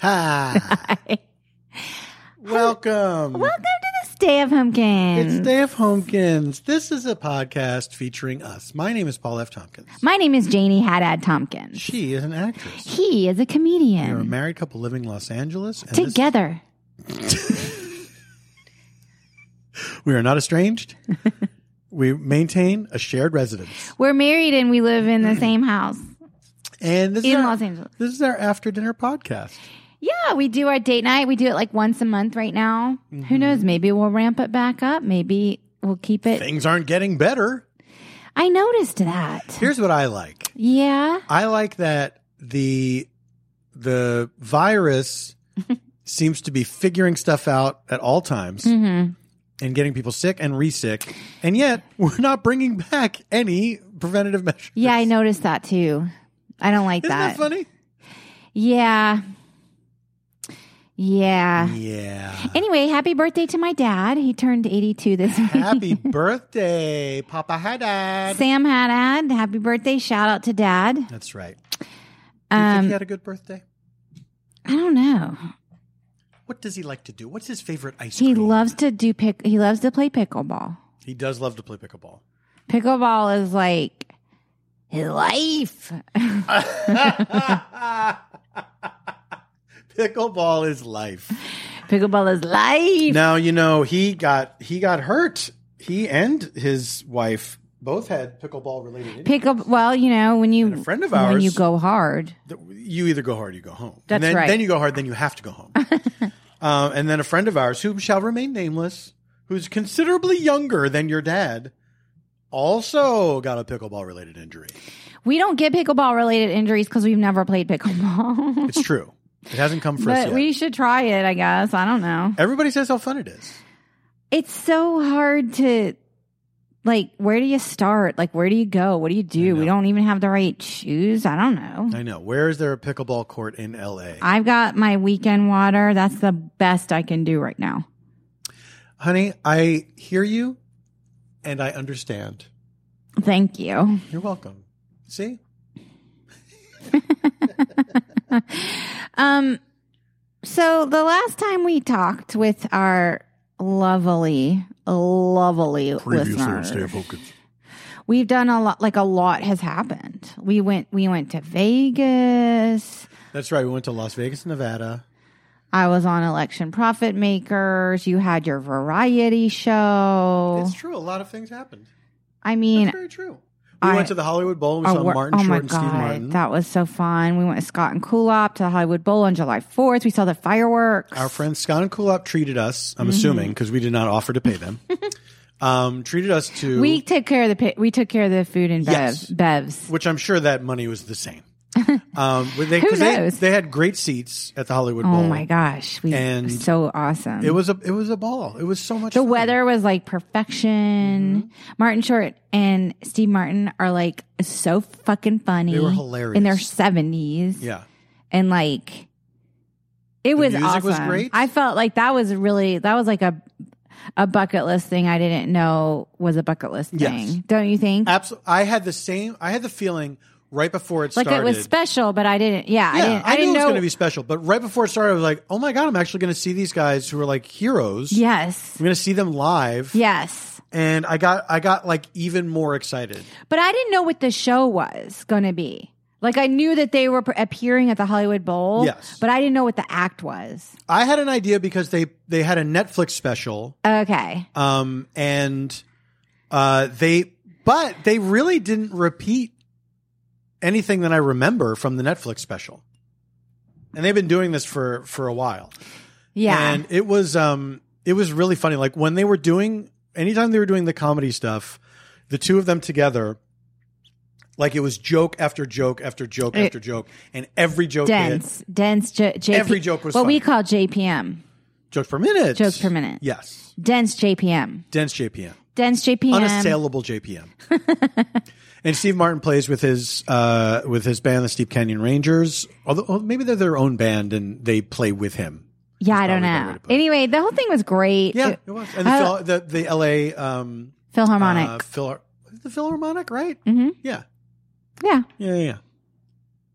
Hi. Welcome Welcome. to the Stay of Homekins. It's Day of Homekins. This is a podcast featuring us. My name is Paul F. Tompkins. My name is Janie Haddad Tompkins. She is an actress. He is We a are a comedian. married couple living in Los Angeles. and this- Together. we are not estranged. we maintain a shared residence. We're married and we live in the same house And Mm. this, is in our, Los Angeles. this is our after dinner podcast. Yeah, we do our date night. We do it like once a month right now. Mm-hmm. Who knows? Maybe we'll ramp it back up. Maybe we'll keep it. Things aren't getting better. I noticed that. Here's what I like. Yeah. I like that the the virus seems to be figuring stuff out at all times Mm-hmm. and getting people sick and re-sick, and yet we're not bringing back any preventative measures. Yeah, I noticed that too. I don't like Isn't that, that. funny? Yeah. Mm. Yeah. Yeah. Anyway, happy birthday to my dad. He turned 82 this week. Happy birthday, Papa Haddad. Sam Haddad, happy birthday. Shout out to dad. That's right. Do you think he Um, had a good birthday? I don't know. What does he like to do? What's his favorite ice He cream? loves to do pick he loves to play pickleball. he does love to play pickleball. Pickleball is like his life. Pickleball is life. Pickleball is life. Now you know he got he got hurt. He and his wife both had pickleball related. Pick up well, you know, when you And a friend of when ours- you go hard. you either go hard, or you go home. That's and then, right. Then you go hard, then you have to go home. um, and then a friend of ours who shall remain nameless, who's considerably younger than your dad, also got a pickleball related injury. We don't get pickleball related injuries because we've never played pickleball. It's true. it hasn't come for us but yet. we should try it, I guess. I don't know. Everybody says how fun it is. It's so hard to like where do you start? Like where do you go? What do you do? We know. don't even have the right shoes. I don't know. I know. Where is there a pickleball court in L.A.? I've got my weekend water. That's the best I can do right now. Honey, I hear you, and I understand. Thank you. You're welcome. See? Um so the last time we talked with our lovely lovely listeners, focused. we've done a lot like a lot has happened. We went we went to Vegas. That's right. We went to Las Vegas, Nevada. I was on Election Profit Makers. You had your variety show. It's true. A lot of things happened. I It's mean, very true. We I- went to the Hollywood Bowl. And we oh, saw we're- Martin oh my Short and God, Steve Martin. that was so fun. We went with Scott and Kulop to the Hollywood Bowl on July 4th. We saw the fireworks. Our friends Scott and Kulop treated us. Mm-hmm. I'm assuming because we did not offer to pay them. um, treated us to we took care of the pi- we took care of the food and bev, Yes. bevs. which I'm sure that money was the same. um, but they, Who 'cause they- knows? They, had great seats at the Hollywood Oh Bowl. my gosh, we And so awesome. It was a it was a ball. It was so much. the fun. weather was like perfection. Mm-hmm. Martin Short and Steve Martin are like so fucking funny. They were hilarious. in their 70s. Yeah. and like it was music awesome. was great. I felt like that was really that was like a a bucket list thing I didn't know was a bucket list thing. Yes. Don't you think? Absolutely. I had the same. I had the feeling right before it like started. it was special, but I didn't. Yeah, I yeah, didn't. I, knew didn't it was know. going to be special, but right before it started, I was like, "Oh my god, I'm actually going to see these guys who are like heroes. yes, I'm going to see them live." yes, and I got I got like even more excited. but I didn't know what the show was going to be. Like I knew that they were pr- appearing at the Hollywood Bowl, Yes. but I didn't know what the act was. I had an idea because they they had a Netflix special, Okay, um, and uh, they but they really didn't repeat anything that I remember from the Netflix special, and they've been doing this for for a while. yeah, And it was um it was really funny. Like when they were doing anytime they were doing the comedy stuff, the two of them together, like it was joke after joke after joke It- after joke, and every joke hit dense, dense. J- JP, Every joke was what we funny. call JPM, jokes per minute. jokes per minute, Yes. dense JPM. Dense JPM. Dense JPM. Unassailable JPM. and Steve Martin plays with his uh with his band, the Steep Canyon Rangers. Although oh, maybe they're their own band and they play with him. yeah, I don't probably a better way know. to put it. Anyway, the whole thing was great. Yeah, It- it was. And the, I- Phil- the, the LA um Philharmonic. Mm-hmm. Uh, Phil- was it the Philharmonic, right? Mhm. Yeah. yeah. Yeah, yeah, yeah.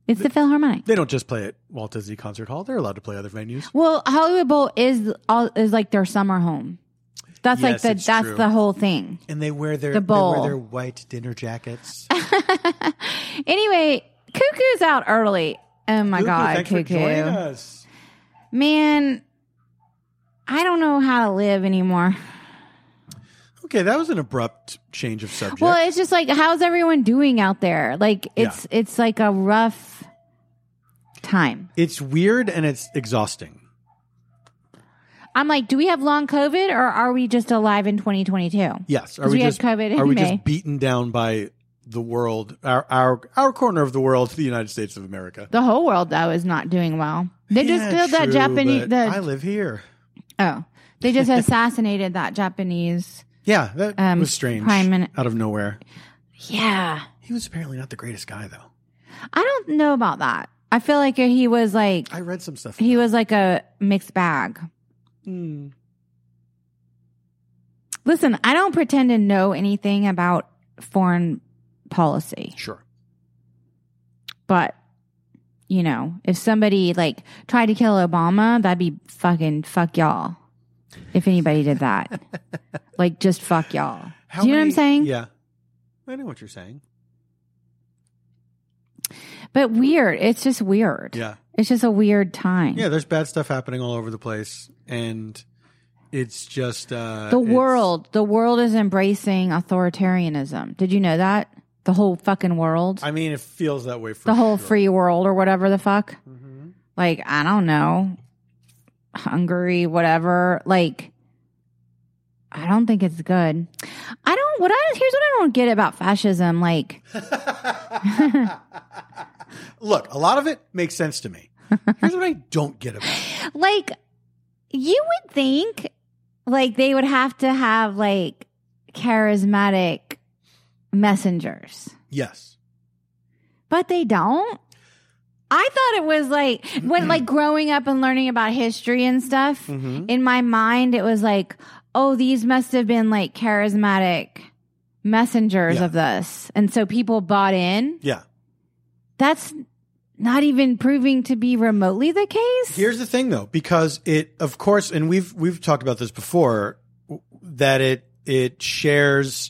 It's the Philharmonic. They don't just play at Walt Disney Concert Hall. They're allowed to play other venues. Well, Hollywood Bowl is all is like their summer home. That's Yes, like the it's that's true. the whole thing. And they wear their The they wear bowl. Oh their white dinner jackets. Anyway, Cuckoo's out early. Oh my Cuckoo, god, thanks Cuckoo. for joining us. Man, I don't know how to live anymore. Okay, that was an abrupt change of subject. Well, it's just like how's everyone doing out there? Like it's it's like a rough time. it's weird and it's exhausting. I'm like, do we have long COVID or are we just alive in 2022? Yes, are 'Cause we, we had just COVID in are we May. just beaten down by the world, our our our corner of the world, the United States of America? The whole world though is not doing well. They just Yeah, killed that true, Japanese. but The, I live here. oh, they just assassinated that Japanese. Yeah, that Um, was strange. prime min- out of nowhere. Yeah, He was apparently not the greatest guy, though. I don't know about that. I feel like he was like I read some stuff. he was like a mixed bag. Mm. Listen, I don't pretend to know anything about foreign policy, Sure. but you know, if somebody like tried to kill Obama, that'd be fucking fuck y'all. If anybody did that, like just fuck y'all. How Do you know what I'm many- saying? Yeah, I know what you're saying. But weird. It's just weird. Yeah, It's just a weird time. yeah. There's bad stuff happening all over the place, and it's just uh, the it's- world, the world is embracing authoritarianism. Did you know that? The whole fucking world, I mean, it feels that way for the whole sure. free world or whatever the fuck. Mhm. Like, I don't know. Hungary, whatever. Like, I don't think it's good. I don't, what I, here's what I don't get about fascism. Like, Look, a lot of it makes sense to me. Here's what I don't get about it. like you would think like they would have to have like charismatic messengers Yes. but they don't i thought it was like when like growing up and learning about history and stuff Mm-hmm. in my mind it was like oh these must have been like charismatic messengers Yeah. of this and so people bought in Yeah. that's not even proving to be remotely the case Here's the thing though, because it of course and we've we've talked about this before w- that it it shares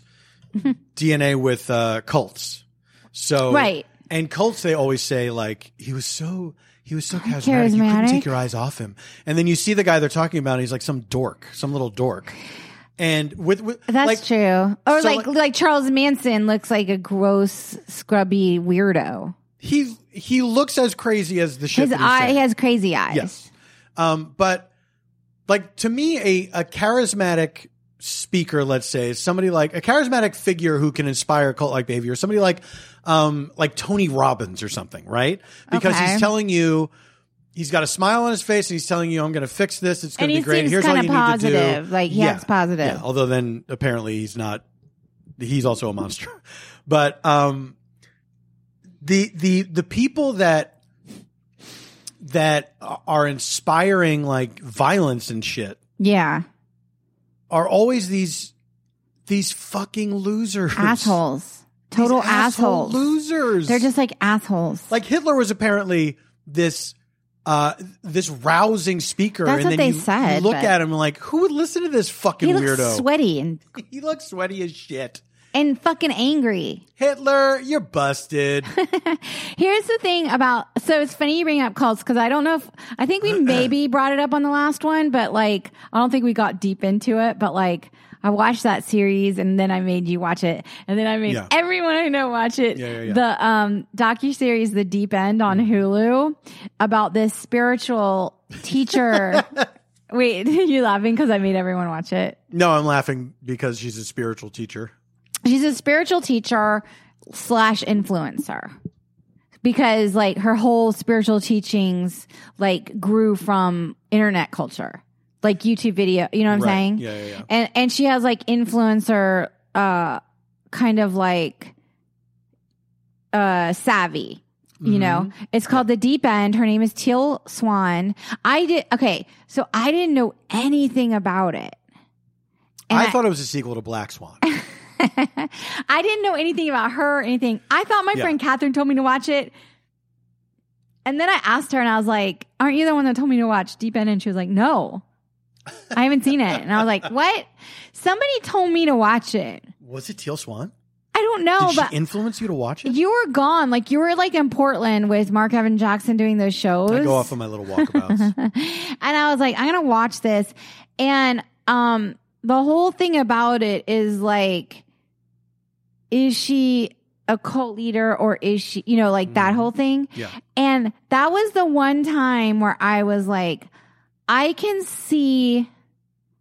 Mm-hmm. DNA with uh cults. So right and cults they always say like he was so he was so charismatic, you couldn't Charismatic. take your eyes off him. And then you see the guy they're talking about and he's like some dork, some little dork. And with, with That's like, true. Or so, like, like- like Charles Manson looks like a gross, scrubby weirdo. he he looks as crazy as the shit. His that he's eye, saying. he has crazy eyes. yes. Um, but like to me, a a charismatic speaker, let's say, is somebody like a charismatic figure who can inspire cult like behavior, somebody like um like Tony Robbins or something, right? Because Okay. he's telling you. He's got a smile on his face, and he's telling you, "I'm going to fix this. It's going And to he be great. seems Here's all kind you of need to do." positive. Like he Yeah. acts positive. Yeah, although then apparently he's not he's also a monster. But um the the the people that that are inspiring like violence and shit Yeah. are always these these fucking losers. Assholes. These Total asshole assholes. Losers. They're just like assholes. like Hitler was apparently this uh this rousing speaker That's and what then they you, said, you look but- at him and like who would listen to this fucking he looks weirdo? sweaty and, He looks sweaty as shit. and fucking angry. Hitler, you're busted. Here's the thing about so it's funny you bring up cults because I don't know if I think we maybe brought it up on the last one, but like I don't think we got deep into it. But like I watched that series and then I made you watch it, and then I made Yeah. everyone I know watch it. Yeah, yeah, yeah. Mm-hmm. The um docu series The Deep End on Hulu about this spiritual teacher. Wait, you laughing because I made everyone watch it? no, I'm laughing because she's a spiritual teacher. she's a spiritual teacher slash influencer because like her whole spiritual teachings like grew from internet culture like youtube video you know what i'm saying Yeah, yeah, yeah. and and she has like influencer uh kind of like uh savvy Mm-hmm. you know it's called the deep end her name is teal swan i did okay so i didn't know anything about it And I, thought it was a sequel to Black Swan. I didn't know anything about her or anything. I thought my Yeah. friend Catherine told me to watch it. And then I asked her and I was like, Aren't you the one that told me to watch Deep End? And she was like, No, I haven't seen it. And I was like, What? Somebody told me to watch it. Was it Teal Swan? I don't know, Did but she influence you to watch it? you were gone. Like you were like in Portland with Mark Evan Jackson doing those shows. I go off on my little walkabouts. and I was like, I'm gonna watch this. And um the whole thing about it is like, is she a cult leader or is she you know, like that Mhm. whole thing? yeah. And that was the one time where I was like, I can see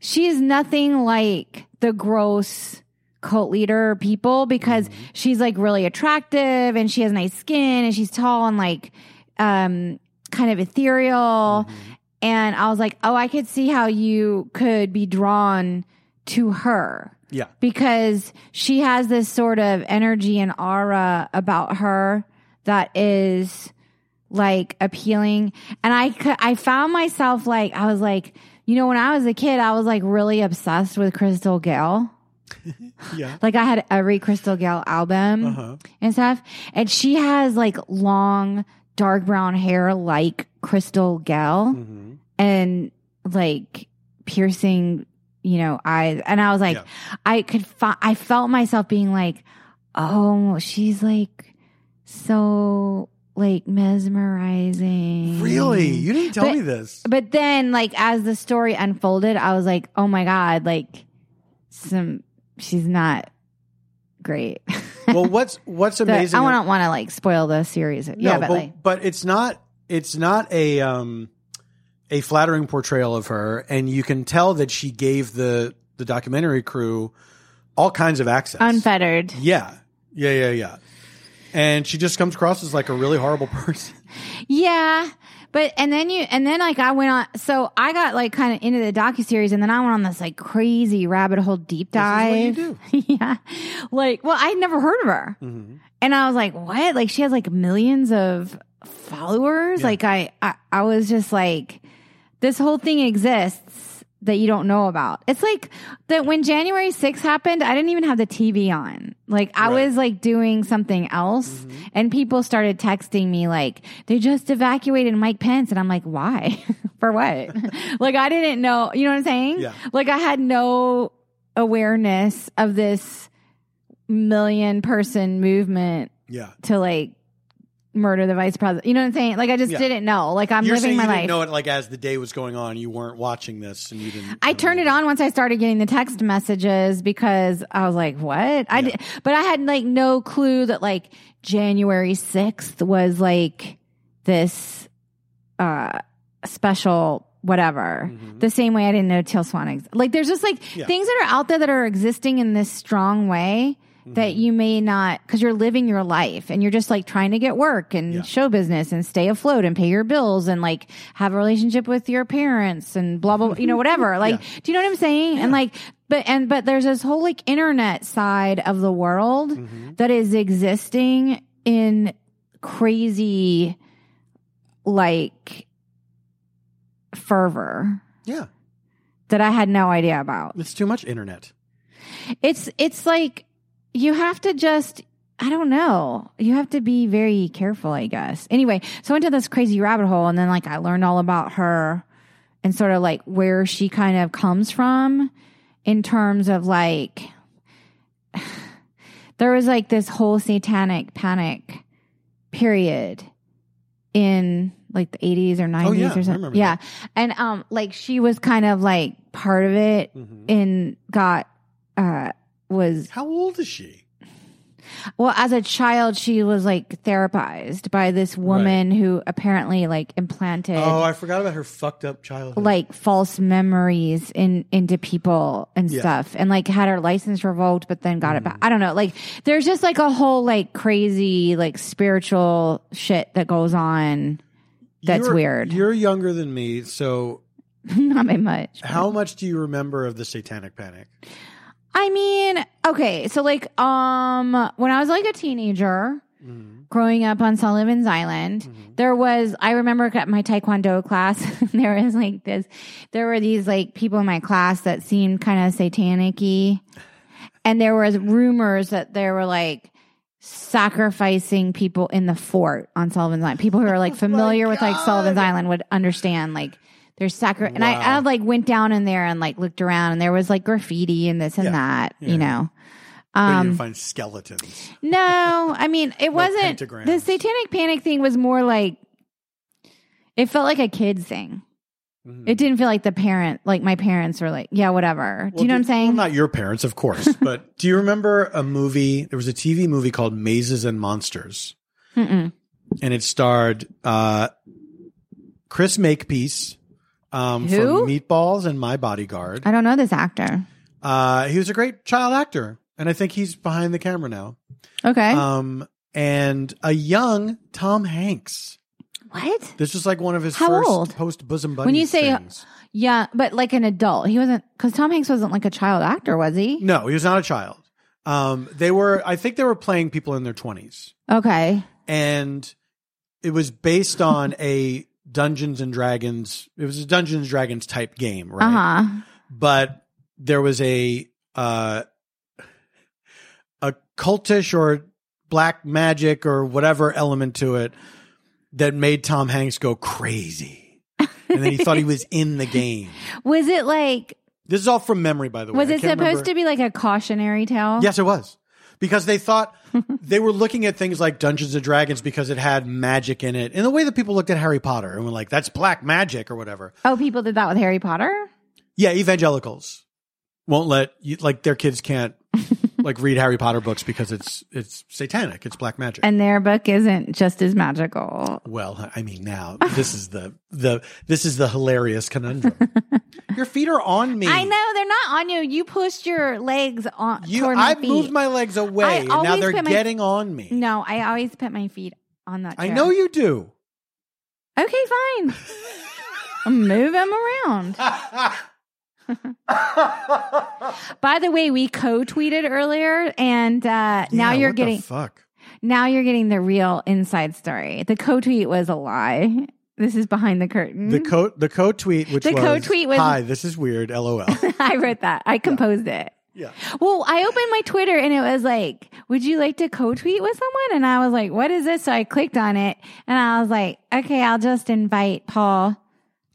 she is nothing like the gross cult leader people because Mhm. she's like really attractive and she has nice skin and she's tall and like um kind of ethereal Mhm. and I was like, "Oh, I could see how you could be drawn to her." Yeah. because she has this sort of energy and aura about her that is like appealing and i cou- i found myself like i was like you know when i was a kid i was like really obsessed with crystal gale Yeah. like i had every crystal gale album Uh-huh. and stuff and she has like long dark brown hair like crystal gale Mhm. and like piercing, you know, eyes. And I was like, Yeah. I could, fi- I felt myself being like, oh, she's like so like mesmerizing. Really? You didn't tell But- me this. But then, like, as the story unfolded, I was like, oh my God, like, some, she's not great. well, what's what's So amazing? I don't want to like spoil the series. yeah, but, like, but it's not it's not a um a flattering portrayal of her, and you can tell that she gave the the documentary crew all kinds of access. unfettered. Yeah, yeah, yeah, yeah. And she just comes across as like a really horrible person. Yeah. But and then you and then like I went on so I got like kind of into the docu series and then I went on this like crazy rabbit hole deep dive. This is what you do. yeah. Like, well, I'd never heard of her. Mhm. And I was like, "What? Like she has like millions of followers?" Yeah. Like I, I I was just like this whole thing exists that you don't know about. It's like that when January 6th happened, I didn't even have the TV on. Like I Right. was like doing something else Mm-hmm. and people started texting me like they just evacuated Mike Pence and I'm like, "Why? For what?" like I didn't know, you know what I'm saying? Yeah. Like I had no awareness of this million person movement Yeah, to like murder the vice president. You know what I'm saying? Like I just Yeah. didn't know. Like I'm you're living saying my you life. didn't know it like as the day was going on. You weren't watching this, and you didn't. I turned it on once I started getting the text messages because I was like, "What?" I Yeah. did, but I had like no clue that like January 6th was like this uh special whatever. Mhm. The same way I didn't know Teal Swan. Ex- like there's just like Yeah. things that are out there that are existing in this strong way that Mhm. you may not because you're living your life and you're just like trying to get work and Yeah. show business and stay afloat and pay your bills and like have a relationship with your parents and blah blah, blah you know whatever like do you know what i'm saying and like but and but there's this whole like internet side of the world Mhm. that is existing in crazy like fervor Yeah, that i had no idea about it's too much internet. it's it's like you have to just I don't know. You have to be very careful, I guess. Anyway, so I went down this crazy rabbit hole and then like I learned all about her and sort of like where she kind of comes from in terms of like there was like this whole satanic panic period in like the 80s or 90s Oh, yeah, I or something. remember yeah. And um like she was kind of like part of it Mhm. and got uh was How old is she? well as a child she was like therapized by this woman who apparently like implanted Oh, I forgot about her fucked up childhood. like false memories in into people and Yeah. Mm. stuff and like had her license revoked but then got it back i don't know like there's just like a whole like crazy like spiritual shit that goes on that's You're- weird. You're younger than me, so not by much How much do you remember of the Satanic Panic? i mean okay so like um when i was like a teenager Mm-hmm. growing up on Sullivan's Island, there was, I remember at my Taekwondo class, there was like this, there were these like people in my class that seemed kind of satanic y. And there was rumors that there were like sacrificing people in the fort on Sullivan's Island. People who are Oh like familiar with like Sullivan's Island would understand like there's sacri- and I, I Wow. like went down in there and like looked around and there was like graffiti and this and Yeah. that, Yeah. you know. But you Um didn't find skeletons. no, I mean it wasn't the pentagrams. satanic panic thing was more like it felt like a kid's thing. Mm-hmm. Hmm. It didn't feel like the parent like my parents were like, yeah, whatever. Do you know what I'm saying? Well, not your parents, of course, but do you remember a movie? There was a TV movie called Mazes and Monsters, Mm-mm. and it starred uh, Chris Makepeace um, Who? from Meatballs and My Bodyguard. I don't know this actor. Uh, he was a great child actor, and I think he's behind the camera now. Okay. Um, and a young Tom Hanks. what? This was like one of his How old? first post bosom buddies. When you say- uh, things. Yeah, but like an adult. He wasn't because Tom Hanks wasn't like a child actor, was he? no, he was not a child. Um, they were, I think, they were playing people in their twenties. Okay. and it was based on a Dungeons and Dragons. It was a Dungeons and Dragons type game, right? Uh huh. But there was a uh, a cultish or black magic or whatever element to it that made Tom Hanks go crazy, and then he thought he was in the game. Was it like This is all from memory, by the way. was I it can't remember- supposed to be like a cautionary tale? Yes, it was. Because they thought they were looking at things like Dungeons and Dragons because it had magic in it. In the way that people looked at Harry Potter and were like, that's black magic or whatever. Oh, people did that with Harry Potter. Yeah, evangelicals won't let you, like their kids can't like read Harry Potter books because it's it's satanic, it's black magic. And their book isn't just as magical. well, I mean now this is the the this is the hilarious conundrum. Your feet are on me. I know they're not on you. You pushed your legs on You toward my I've feet. moved my legs away and now always they're put my- getting on me. no, I always put my feet on that. I chair. know you do. Okay, fine. Move them around. By the way, we co-tweeted earlier, and uh, now Yeah, you're what the getting fuck. now you're getting the real inside story. The co-tweet was a lie. This is behind the curtain. The co the co tweet, which Hmm? The was, co-tweet was- hi, this is weird, lol. I wrote that. I composed it. yeah, Well, I opened my Twitter and it was like, "Would you like to co-tweet with someone?" And I was like, "What is this?" So I clicked on it, and I was like, "Okay, I'll just invite Paul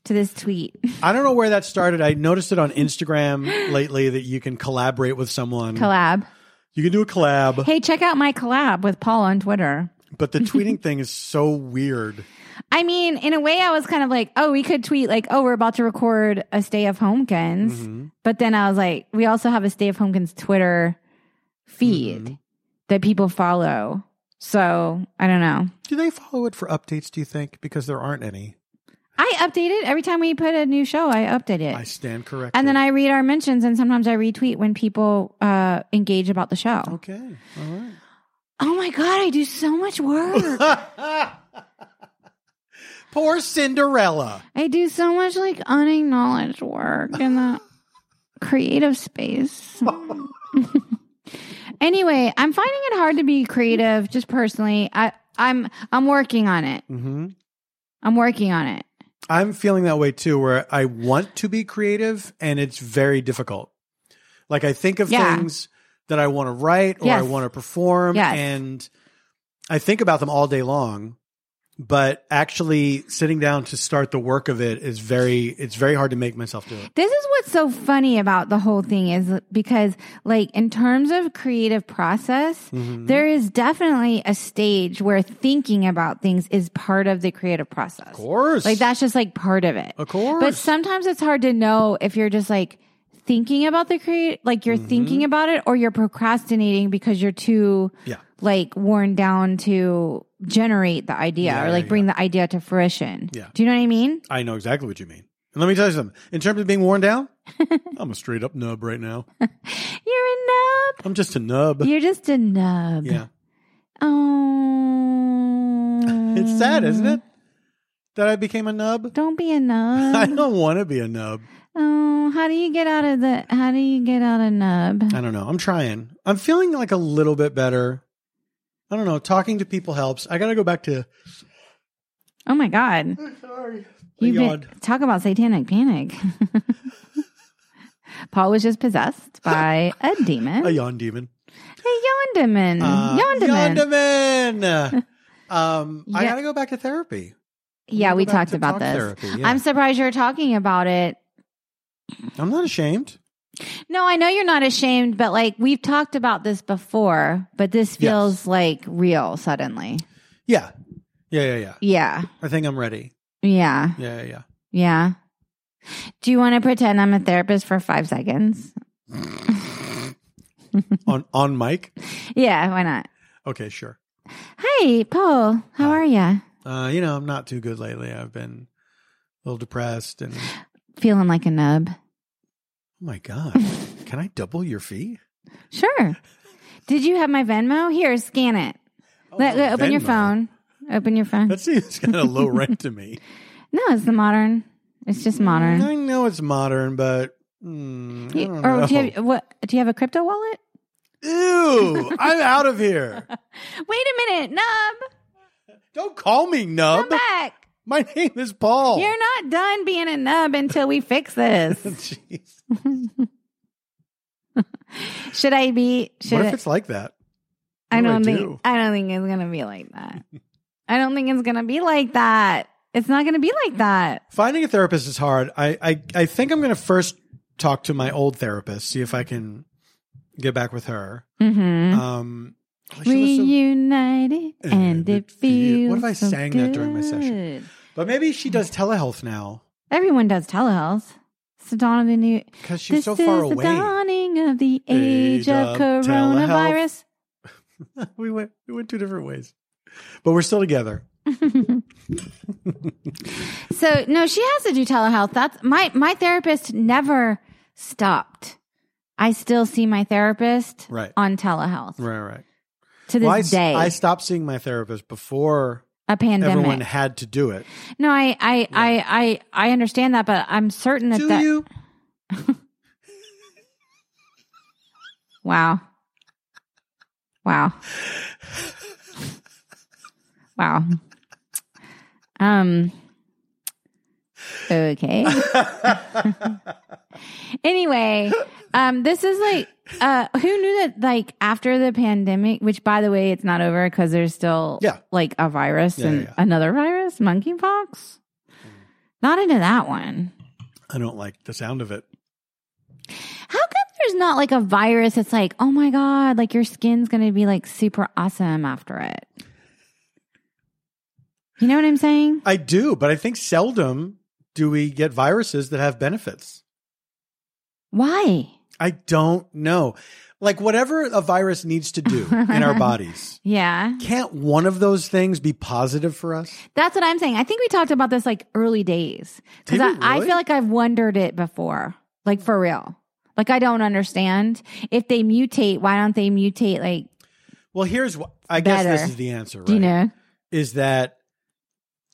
to this tweet." I don't know where that started. I noticed it on Instagram lately that you can collaborate with someone. collab. you can do a collab, Hey, check out my collab with Paul on Twitter. but the tweeting thing is so weird. I mean, in a way, I was kind of like, oh, we could tweet like, oh, we're about to record a Stay of Homekins. Mm-hmm. But then I was like, we also have a Stay of Homekins Twitter feed that people follow. So I don't know. Do they follow it for updates? Do you think because there aren't any? I update it every time we put a new show. I update it. I stand corrected. and then I read our mentions, and sometimes I retweet when people uh, engage about the show. okay, all Oh my God, I do so much work. right. Poor Cinderella. I do so much like unacknowledged work in the creative space. anyway, I'm finding it hard to be creative just personally. I I'm I'm working on it. Mm-hmm. I'm working on it. I'm feeling that way too, where I want to be creative and it's very difficult. Like I think of Yeah. things that I want to write or I Yes. want to perform Yes. and I think about them all day long, but actually sitting down to start the work of it is very it's very hard to make myself do it. This is what's so funny about the whole thing is because like in terms of creative process, Mm-hmm. there is definitely a stage where thinking about things is part of the creative process. Of course. Like that's just like part of it. Of course. But sometimes it's hard to know if you're just like thinking about the create, like you're Mm-hmm. thinking about it or you're procrastinating because you're too yeah. like worn down to generate the idea Yeah, or yeah, like bring the idea to fruition. Yeah. Do you know what I mean? I know exactly what you mean. And let me tell you something. In terms of being worn down, I'm a straight up nub right now. You're a I'm just a nub. nub. You're just a nub. yeah. Oh. It's sad, isn't it? That I became a nub. Don't be a I nub. don't want to be a nub. oh, how do you get out of the? How do you get out of nub? I don't know. I'm trying. I'm feeling like a little bit better. I don't know. Talking to people helps. I got to go back to. Oh my god. Sorry. You've been, talk about satanic panic. Paul was just possessed by a demon, A a yawn yawn demon. Yonderman. Uh, Yonderman. Yonderman. um, I Yeah. gotta go back to therapy. yeah, Gotta we go back talked to about talk this. therapy, yeah. I'm surprised you're talking about it. I'm not ashamed. No, I know you're not ashamed, but like we've talked about this before, but this feels like real suddenly. Yeah. Yeah, yeah, yeah. Yeah. I think I'm ready. Yeah. Yeah, yeah, yeah. Yeah. Do you want to pretend I'm a therapist for five seconds? on on mic. Yeah, why not? Okay, sure. Hi, Paul. How Hi. are you? Uh, you know, I'm not too good lately. I've been a little depressed and oh Feeling like a nub. my god. Can I double your fee? Sure. Did you have my Venmo? Here, scan it. Oh, Let, let- open your Venmo. phone. Open your phone. That seems kind of low rent to me. no, it's the modern. It's just modern. Mm, I know it's modern, but mm, I You- don't or know. do you have what? Do you have a crypto wallet? Ew! I'm out of here. Wait a minute, Nub, Don't call me come nub. back. My name is Paul. You're not done being a nub until we fix this. Jeez. Should I be? Should What it- if it's like that? I what do I don't think do? I don't think it's gonna be like that. I don't think it's gonna be like that. It's not gonna be like that. Finding a therapist is hard. I I, I think I'm going to first talk to my old therapist, see if I can get back with her. Mm-hmm. Um, she was so- Reunited and it feels. What if I so sang that during my session? good. but maybe she does telehealth now Everyone does telehealth. It's the dawn of the new. because she's this so far is the away. dawning of the Age age of telehealth. of coronavirus. we went we went two different ways, but we're still together. So no, she has to do telehealth. That's my my therapist never stopped. I still see my therapist Right. on telehealth Right, right. to this Well, I, s- day. I stopped seeing my therapist before a pandemic. everyone had to do it. no, I I, I I I understand that, but I'm certain that Do that you? wow, wow, wow. Um. Okay. anyway, um, this is like, uh, who knew that like after the pandemic, which by the way, it's not over because there's still Yeah. like a virus Yeah, and yeah, Mm. yeah. another virus, monkeypox. Not into that one. I don't like the sound of it. How come there's not like a virus that's like, oh my God, like your skin's going to be like super awesome after it? You know what I'm saying? I do, but I think seldom do we get viruses that have benefits. Why? I don't know. Like whatever a virus needs to do in our bodies, Yeah. can't one of those things be positive for us? That's what I'm saying. I think we talked about this like early days because Did I, we I really? feel like I've wondered it before, like for real. Like I don't understand if they mutate, why don't they mutate? Like, Well, here's what I guess Better. this is the answer, right? do you know? Is that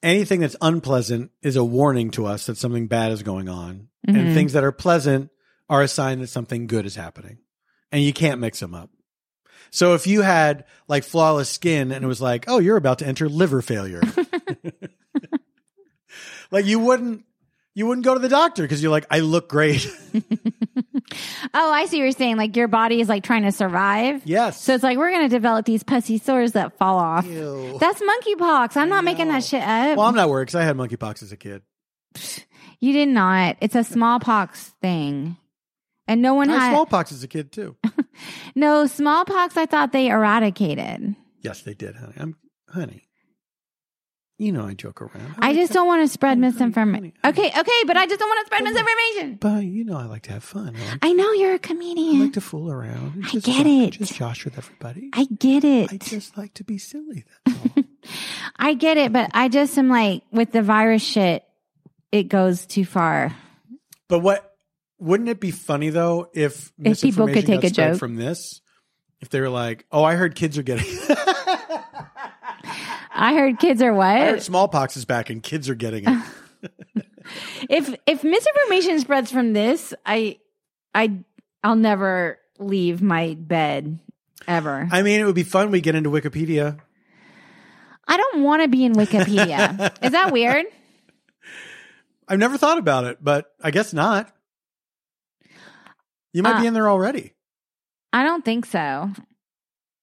anything that's unpleasant is a warning to us that something bad is going on, and Mhm. things that are pleasant are a sign that something good is happening, and you can't mix them up. So if you had like flawless skin and it was like, oh, you're about to enter liver failure, like you wouldn't you wouldn't go to the doctor because you're like, I look great. Oh, I see what you're saying. Like your body is like trying to survive. yes. So it's like we're going to develop these pussy sores that fall off. Ew. That's monkeypox. I'm not making know. that shit up. well, I'm not worried because I had monkeypox as a kid. you did not. It's a smallpox thing. And no one I had had smallpox as a kid too. no smallpox. I thought they eradicated. Yes, they did, honey. I'm honey. You know I joke around. I like just to- don't want to spread Honey, honey, misinformation. honey, Okay, okay, but I just don't want to spread Honey. misinformation. But you know I like to have fun. I like, I know you're a I comedian. like to fool around. and I just get jo- it. Just josh with everybody. I get I it. just like to be silly. That's all. I get it, but I just am like with the virus shit, it goes too far. But what wouldn't it be funny though if If people could misinformation take got a spread joke. from this? If they were like, "Oh, I heard kids are getting, I heard kids are I heard what? smallpox is back and kids are getting it." If if misinformation spreads from this, I I I'll never leave my bed ever. I mean, it would be fun. We get into Wikipedia. I don't want to be in Wikipedia. Is that weird? I've never thought about it, but I guess not. You might Uh, be in there already. I don't think so.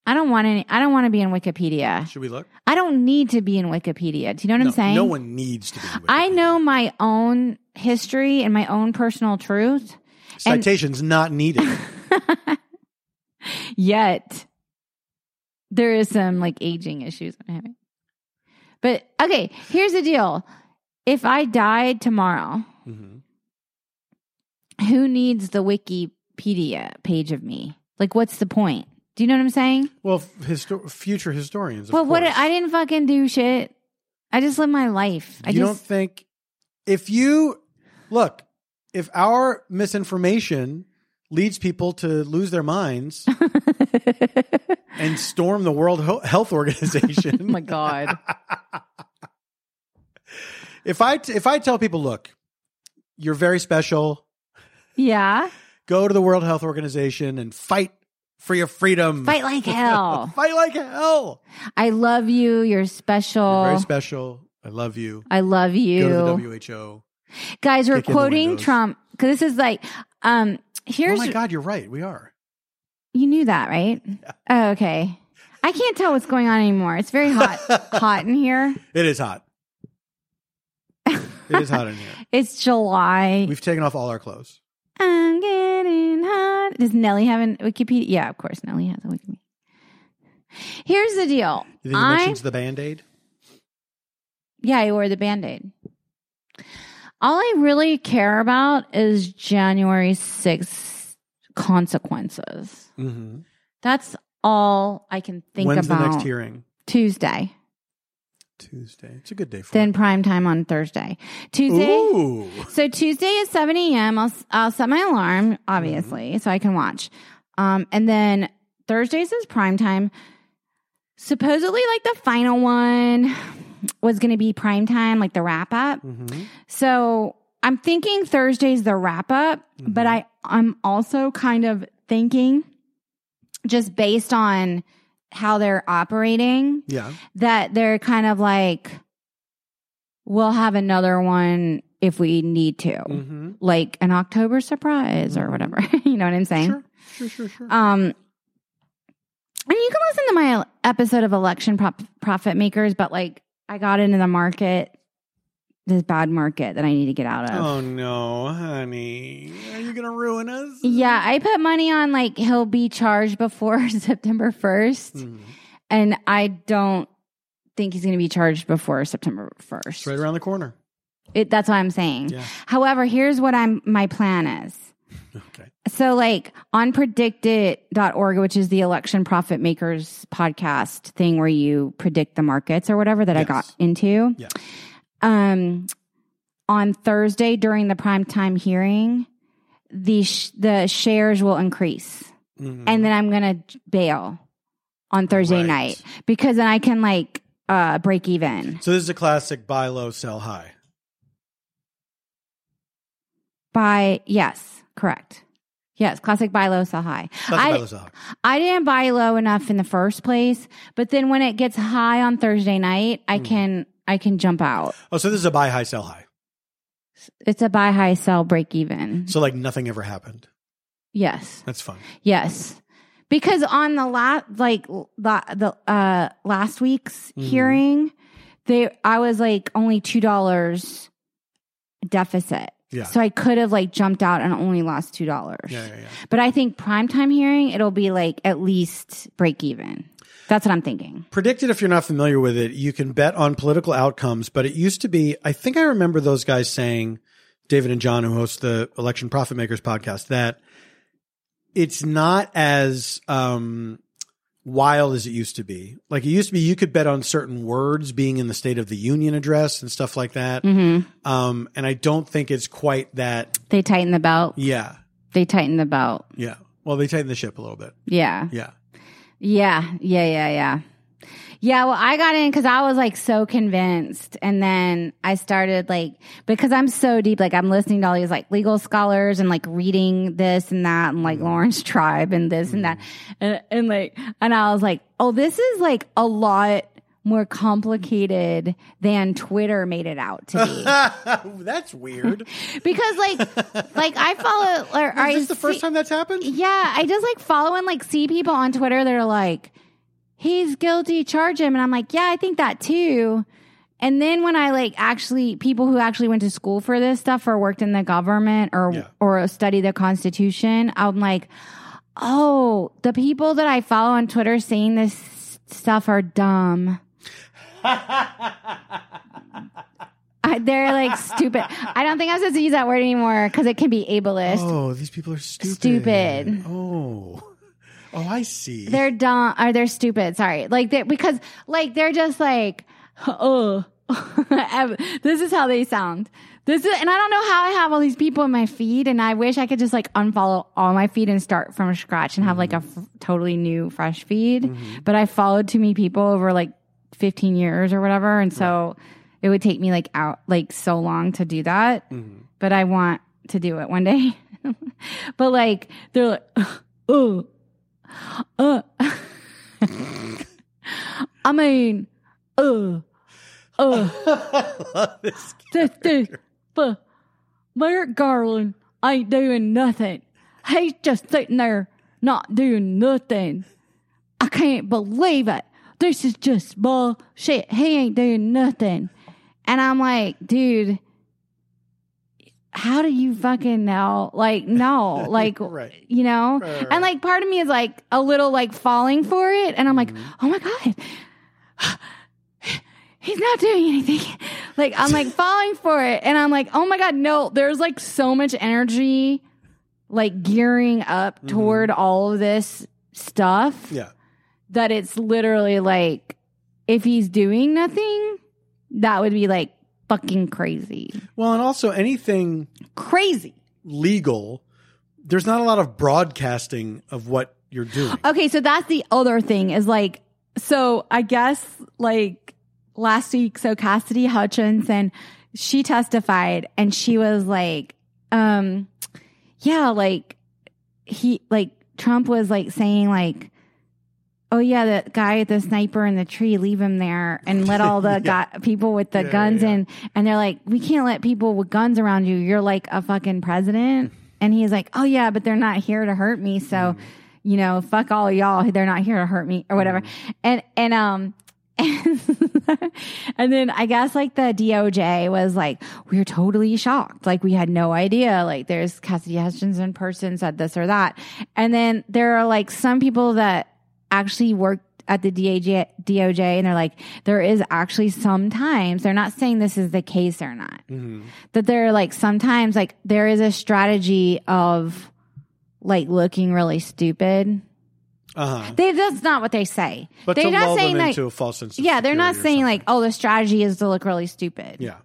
I don't want any. I don't want to be in Wikipedia. Should we look? I don't need to be in Wikipedia. Do you know what no, I'm saying? no one needs to be. in I Wikipedia. know my own history and my own personal truth. and- Citations not needed. Yet there is some like aging issues I'm having. But okay, here's the deal. If I died tomorrow, hmm who needs the Wikipedia page of me? Like what's the point? Do you know what I'm saying? Well, f- histo- future historians. Of well, what course. I didn't fucking do shit. I just lived my life. I you don't just think if you look if our misinformation leads people to lose their minds and storm the World Ho- Health Organization, Oh my god. if I t- if I tell people, look, you're very special. yeah. Go to the World Health Organization and fight for your freedom. Fight like hell. Fight like hell. I love you. You're special. You're very Oh. special. I love you. I love you. Go to the WHO. Guys, we're Kick in the quoting windows. Trump because this is like, um, Oh here's my God, you're right. We are. you knew that, right? Oh, okay. I can't tell what's going on anymore. It's very hot, hot in here. It is hot. it is hot in here. It's July. We've taken off all our clothes. I'm getting hot. Does Nelly have a Wikipedia? Yeah, of course, Nelly has a Wikipedia. Here's the deal. You think he I mentions the band aid? yeah, I wore the band aid. All I really care about is January 6th consequences. Mm-hmm. That's all I can think When's about. the next hearing? Tuesday, Tuesday. It's a good day for then it. prime time on Thursday. Tuesday. Ooh. So Tuesday at 7 a.m. I'll, I'll set my alarm, obviously, so I can watch. Um, and then Thursdays is prime time. Supposedly, like the final one was going to be prime time, like the wrap up. Mhm. So I'm thinking Thursday's the wrap up, but I I'm also kind of thinking just based on how they're operating Yeah. that they're kind of like we'll have another one if we need to. Mm-hmm. Like an October surprise or Mhm. whatever. you know what I'm saying? Sure. Sure. Sure. Sure. Um and you can listen to my episode of Election Prop- Profit Makers, but like I got into the market, this bad market that I need to get out of. oh no, honey. Are you gonna ruin us? Yeah, I put money on like he'll be charged before September 1st, Mhm. and I don't think he's going to be charged before September 1st. It's right around the corner. It, that's what I'm saying. Yeah. However, here's what I'm my plan is. Okay. So like on predictit.org, which is the election profit makers podcast thing where you predict the markets or whatever that I got Yes. into. Yeah. Um on Thursday during the primetime hearing, the sh- the shares will increase. Mhm. And then I'm going to bail on Thursday Right. night because then I can like uh break even. So this is a classic buy low, sell high. Buy yes, correct. Yes, classic buy low, sell high. Classic I- buy low, sell high. I didn't buy low enough in the first place, but then when it gets high on Thursday night, I Mm. can I can jump out. Oh, so this is a buy high, sell high. It's a buy high, sell break even. So like nothing ever happened. yes, That's fun. yes, because on the last like l- la- the uh, last week's Mhm. hearing, they I was like only two dollars deficit, Yeah. so I could have like jumped out and only lost two dollars. yeah. Yeah. Yeah. But I think primetime hearing it'll be like at least break even. That's what I'm thinking. Predicted, if you're not familiar with it, you can bet on political outcomes, but it used to be, I think I remember those guys saying, David and John, who host the Election Profit Makers podcast, that it's not as um, wild as it used to be. Like it used to be, you could bet on certain words being in the State of the Union address and stuff like that. hmm Um, and I don't think it's quite that. They tighten the belt. Yeah. They tighten the belt. Yeah. Well, they tightened the ship a little bit. Yeah. Yeah. Yeah. Yeah. Yeah. Yeah. Yeah. Well, I got in because I was like so convinced. And then I started like, because I'm so deep, like I'm listening to all these like legal scholars and like reading this and that and like Mm-hmm. Lawrence Tribe and this and that. And, and like, and I was like, oh, this is like a lot more complicated than Twitter made it out to be. That's weird. because like, like I follow, or Is I this the see- first time that's happened? Yeah, I just like follow and like see people on Twitter that are like, he's guilty, charge him. And I'm like, yeah, I think that too. And then when I like actually people who actually went to school for this stuff or worked in the government or Yeah. or study the constitution, I'm like, oh, the people that I follow on Twitter saying this stuff are dumb. I, they're like stupid. I don't think I'm supposed to use that word anymore because it can be ableist. Oh, these people are stupid. Stupid. Oh. Oh, I see. They're dumb or they're stupid. Sorry. Like they because like they're just like, oh, Ev- this is how they sound. This is, and I don't know how I have all these people in my feed, and I wish I could just like unfollow all my feed and start from scratch and have like a f- totally new, fresh feed. But I followed too many people over like 15 years or whatever, and so it would take me like out like so long to do that Mhm. but I want to do it one day. but like they're like, oh, uh. I mean, uh, uh, I love this. this dude, but Merrick Garland ain't doing nothing. He's just sitting there not doing nothing. I can't believe it. This is just bullshit. He ain't doing nothing. And I'm like, dude, how do you fucking know? Like, no, like, Right. you know? Right, right, right. And like, part of me is like a little like falling for it. And I'm like, oh my God, he's not doing anything. Like, I'm like falling for it. And I'm like, oh my God, no, there's like so much energy like gearing up toward all of this stuff Yeah. that it's literally like if he's doing nothing, that would be like fucking crazy. Well, and also anything Crazy. legal, there's not a lot of broadcasting of what you're doing. Okay, so that's the other thing is like, so I guess like last week, so Cassidy Hutchinson, she testified and she was like, um, yeah, like he, like Trump was like saying like, oh yeah, that guy, the sniper in the tree, leave him there and let all the Yeah. gu- people with the Yeah, yeah, guns yeah. in. And they're like, we can't let people with guns around you. You're like a fucking president. And he's like, oh yeah, but they're not here to hurt me. So, Mm. you know, fuck all y'all. They're not here to hurt me or whatever. Mm. And, and, um, and then I guess like the DOJ was like, we're totally shocked. Like we had no idea. Like there's Cassidy Hutchinson in person said this or that. And then there are like some people that actually worked at the DOJ, DOJ and they're like, there is actually sometimes they're not saying this is the case or not Mhm. that there are like sometimes like there is a strategy of like looking really stupid. Uh-huh. They that's not what they say. But they're to not lull saying them like into a false sense of yeah, they're not security saying or like oh the strategy is to look really stupid. something. Yeah.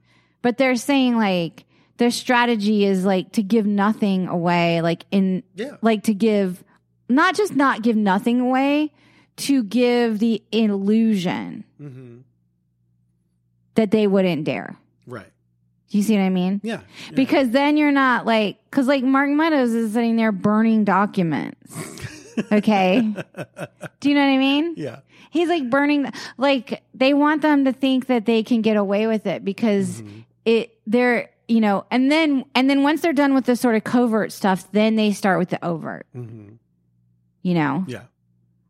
But they're saying like their strategy is like to give nothing away like in Yeah. like to give not just not give nothing away to give the illusion hmm that they wouldn't dare. Right. Do you see what I mean? Yeah. Yeah. Because then you're not like, because like Mark Meadows is sitting there burning documents. Okay. Do you know what I mean? yeah. He's like burning, like they want them to think that they can get away with it because Mhm. it, they're, you know, and then, and then once they're done with the sort of covert stuff, then they start with the overt, Mhm. you know? Yeah.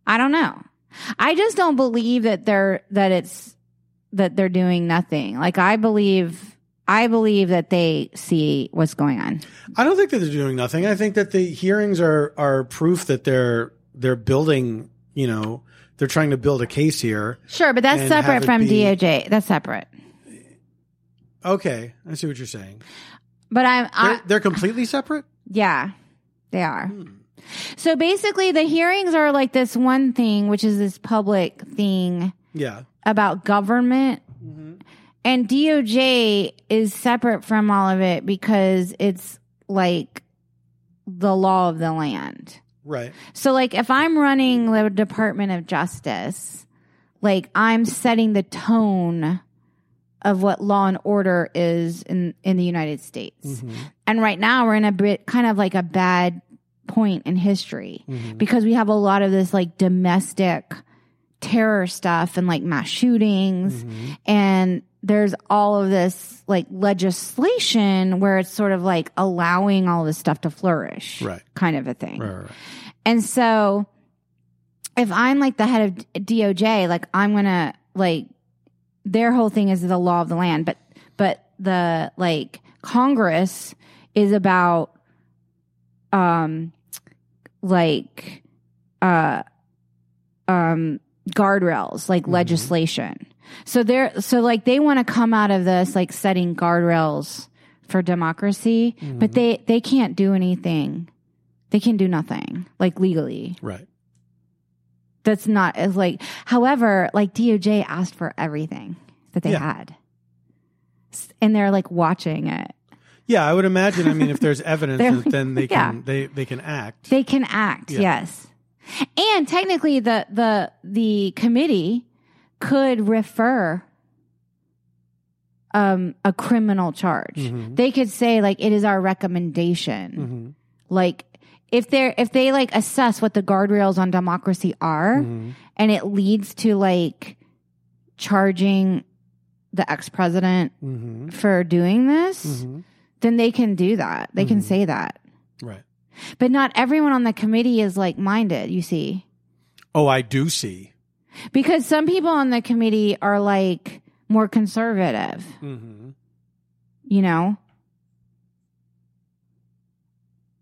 I don't know. I just don't believe that they're, that it's, that they're doing nothing. Like I believe, I believe that they see what's going on. I don't think that they're doing nothing. I think that the hearings are are proof that they're they're building. You know, they're trying to build a case here. Sure, but that's and have separate it from be- DOJ. That's separate. Okay, I see what you're saying. But I'm, I, They're, they're completely separate. yeah, they are. Hmm. So basically, the hearings are like this one thing, which is this public thing Yeah. about government, Mhm. and DOJ is separate from all of it because it's like the law of the land. Right. So, like, if I'm running the Department of Justice, like, I'm setting the tone of what law and order is in, in the United States. Mhm. And right now, we're in a bit kind of like a bad point in history Mhm. because we have a lot of this like domestic terror stuff and like mass shootings Mhm. and there's all of this like legislation where it's sort of like allowing all this stuff to flourish Right. kind of a thing Right. Right. right. and so if I'm like the head of DOJ, like I'm gonna like their whole thing is the law of the land, but but the like Congress is about um like uh um guardrails, like Mhm. legislation. So they're so like they want to come out of this like setting guardrails for democracy, but Mhm. they they can't do anything. They can do nothing like legally Mm-hmm. Right. that's not as like however like doj asked for everything that they Yeah. had S- and they're like watching it Yeah, I would imagine. I mean, if there's evidence, They're that then they yeah. can they they can act. they can act Yeah. yes and technically the the the committee could refer um a criminal charge Mhm. they could say like it is our recommendation Mhm. like if they're if they like assess what the guardrails on democracy are Mhm. and it leads to like charging the ex president Mhm. for doing this, Mhm. then they can do that. They can Mhm. say that. Right. But not everyone on the committee is like minded, you see. Oh, I do see. Because some people on the committee are like more conservative, Mm-hmm. you know?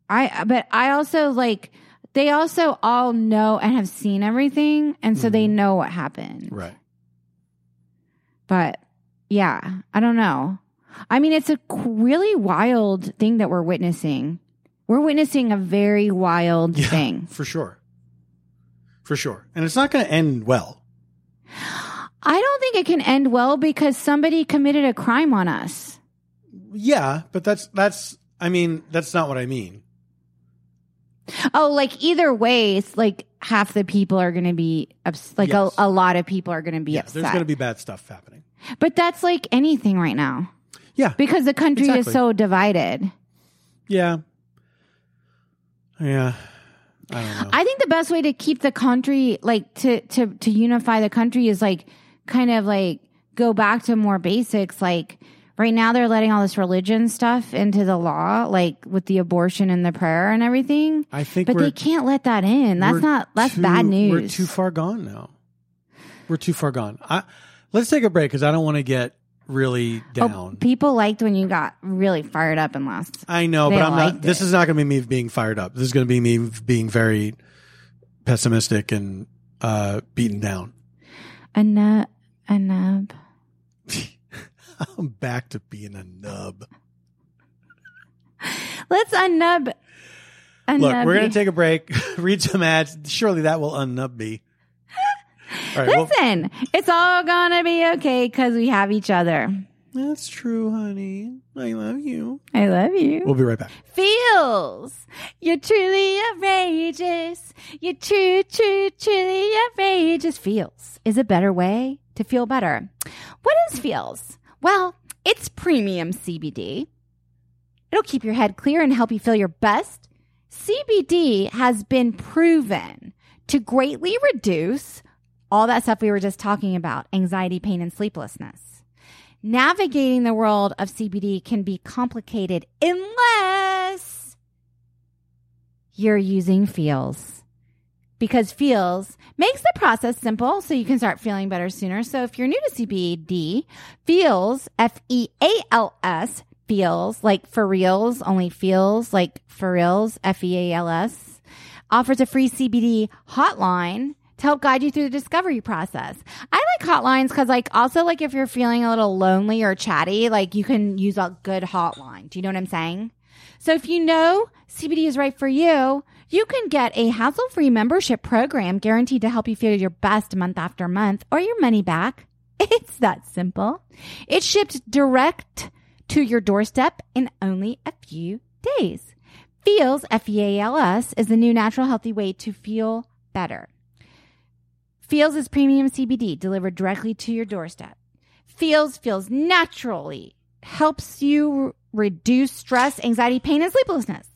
I, but I also like, they also all know and have seen everything. And so they Mhm. know what happened. Right. But yeah, I don't know. I mean, it's a qu- really wild thing that we're witnessing. We're witnessing a very wild Yeah. thing. For sure. For sure. And it's not going to end well. I don't think it can end well because somebody committed a crime on us. Yeah, but that's that's. I mean, that's not what I mean. Oh, like either way, it's like half the people are going to be ups- like Yes. a, a lot of people are going to be yeah, upset. there's going to be bad stuff happening. but that's like anything right now. Yeah. Because the country is Exactly. so divided. Yeah. Yeah. I don't know. I think the best way to keep the country like to to to unify the country is like kind of like go back to more basics like right now they're letting all this religion stuff into the law like with the abortion and the prayer and everything I, think but we're they can't let that in that's we're not that's too- bad news We're too far gone now. We're too far gone. I, let's take a break because I don't want to get really Oh, down. people liked when you got really fired up and last I know, They but I'm not. liked This it. is not going to be me being fired up. This is going to be me being very pessimistic and uh, beaten down. a nub a nub I'm back to being a nub. let's unnub unnub Look, we're going you. to take a break, read some ads. Surely that will unnub me. All right, well, listen it's all gonna be okay because we have each other that's true, honey. I love you. i love you We'll be right back. feels. You're truly outrageous. You're true, true, truly outrageous. Feels is a better way to feel better. What is feels? Well, it's premium CBD. It'll keep your head clear and help you feel your best. CBD has been proven to greatly reduce all that stuff we were just talking about anxiety, pain, and sleeplessness. Navigating the world of CBD can be complicated unless you're using Feels. Because Feels makes the process simple so you can start feeling better sooner. So if you're new to CBD, Feels, F E A L S, Feels, like for reals, only Feels, like for reals, F E A L S, offers a free CBD hotline to help guide you through the discovery process. I like hotlines because, like, also like if you're feeling a little lonely or chatty, like you can use a good hotline. Do you know what I'm saying? So if you know CBD is right for you, you can get a hassle-free membership program guaranteed to help you feel your best month after month or your money back. It's that simple. It's shipped direct to your doorstep in only a few days. Feels, F E A L S, is the new natural healthy way to feel better. Feels is premium CBD delivered directly to your doorstep. Feels feels naturally, helps you r- reduce stress, anxiety, pain, and sleeplessness.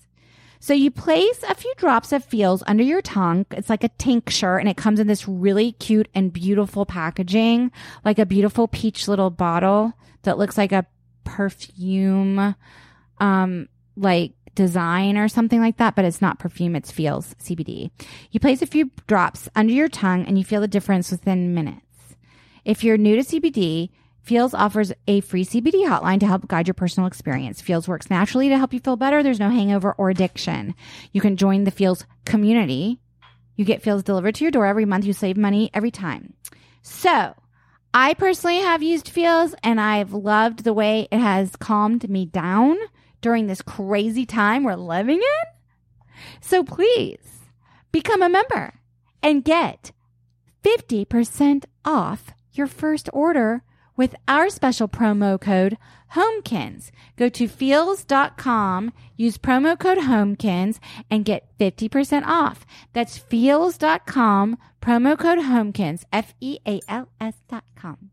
So you place a few drops of Feels under your tongue. It's like a tincture and it comes in this really cute and beautiful packaging, like a beautiful peach little bottle that looks like a perfume um like design or something like that, but it's not perfume, it's feels CBD. You place a few drops under your tongue and you feel the difference within minutes. If you're new to CBD, Feels offers a free CBD hotline to help guide your personal experience. Feels works naturally to help you feel better. There's no hangover or addiction. You can join the Feels community. You get Feels delivered to your door every month. You save money every time. So, I personally have used Feels and I've loved the way it has calmed me down during this crazy time we're living in. So, please become a member and get 50% off your first order with our special promo code HOMEKINS. Go to feels.com, use promo code HOMEKINS, and get 50% off. That's feels.com, promo code HOMEKINS, F E A L S dot com.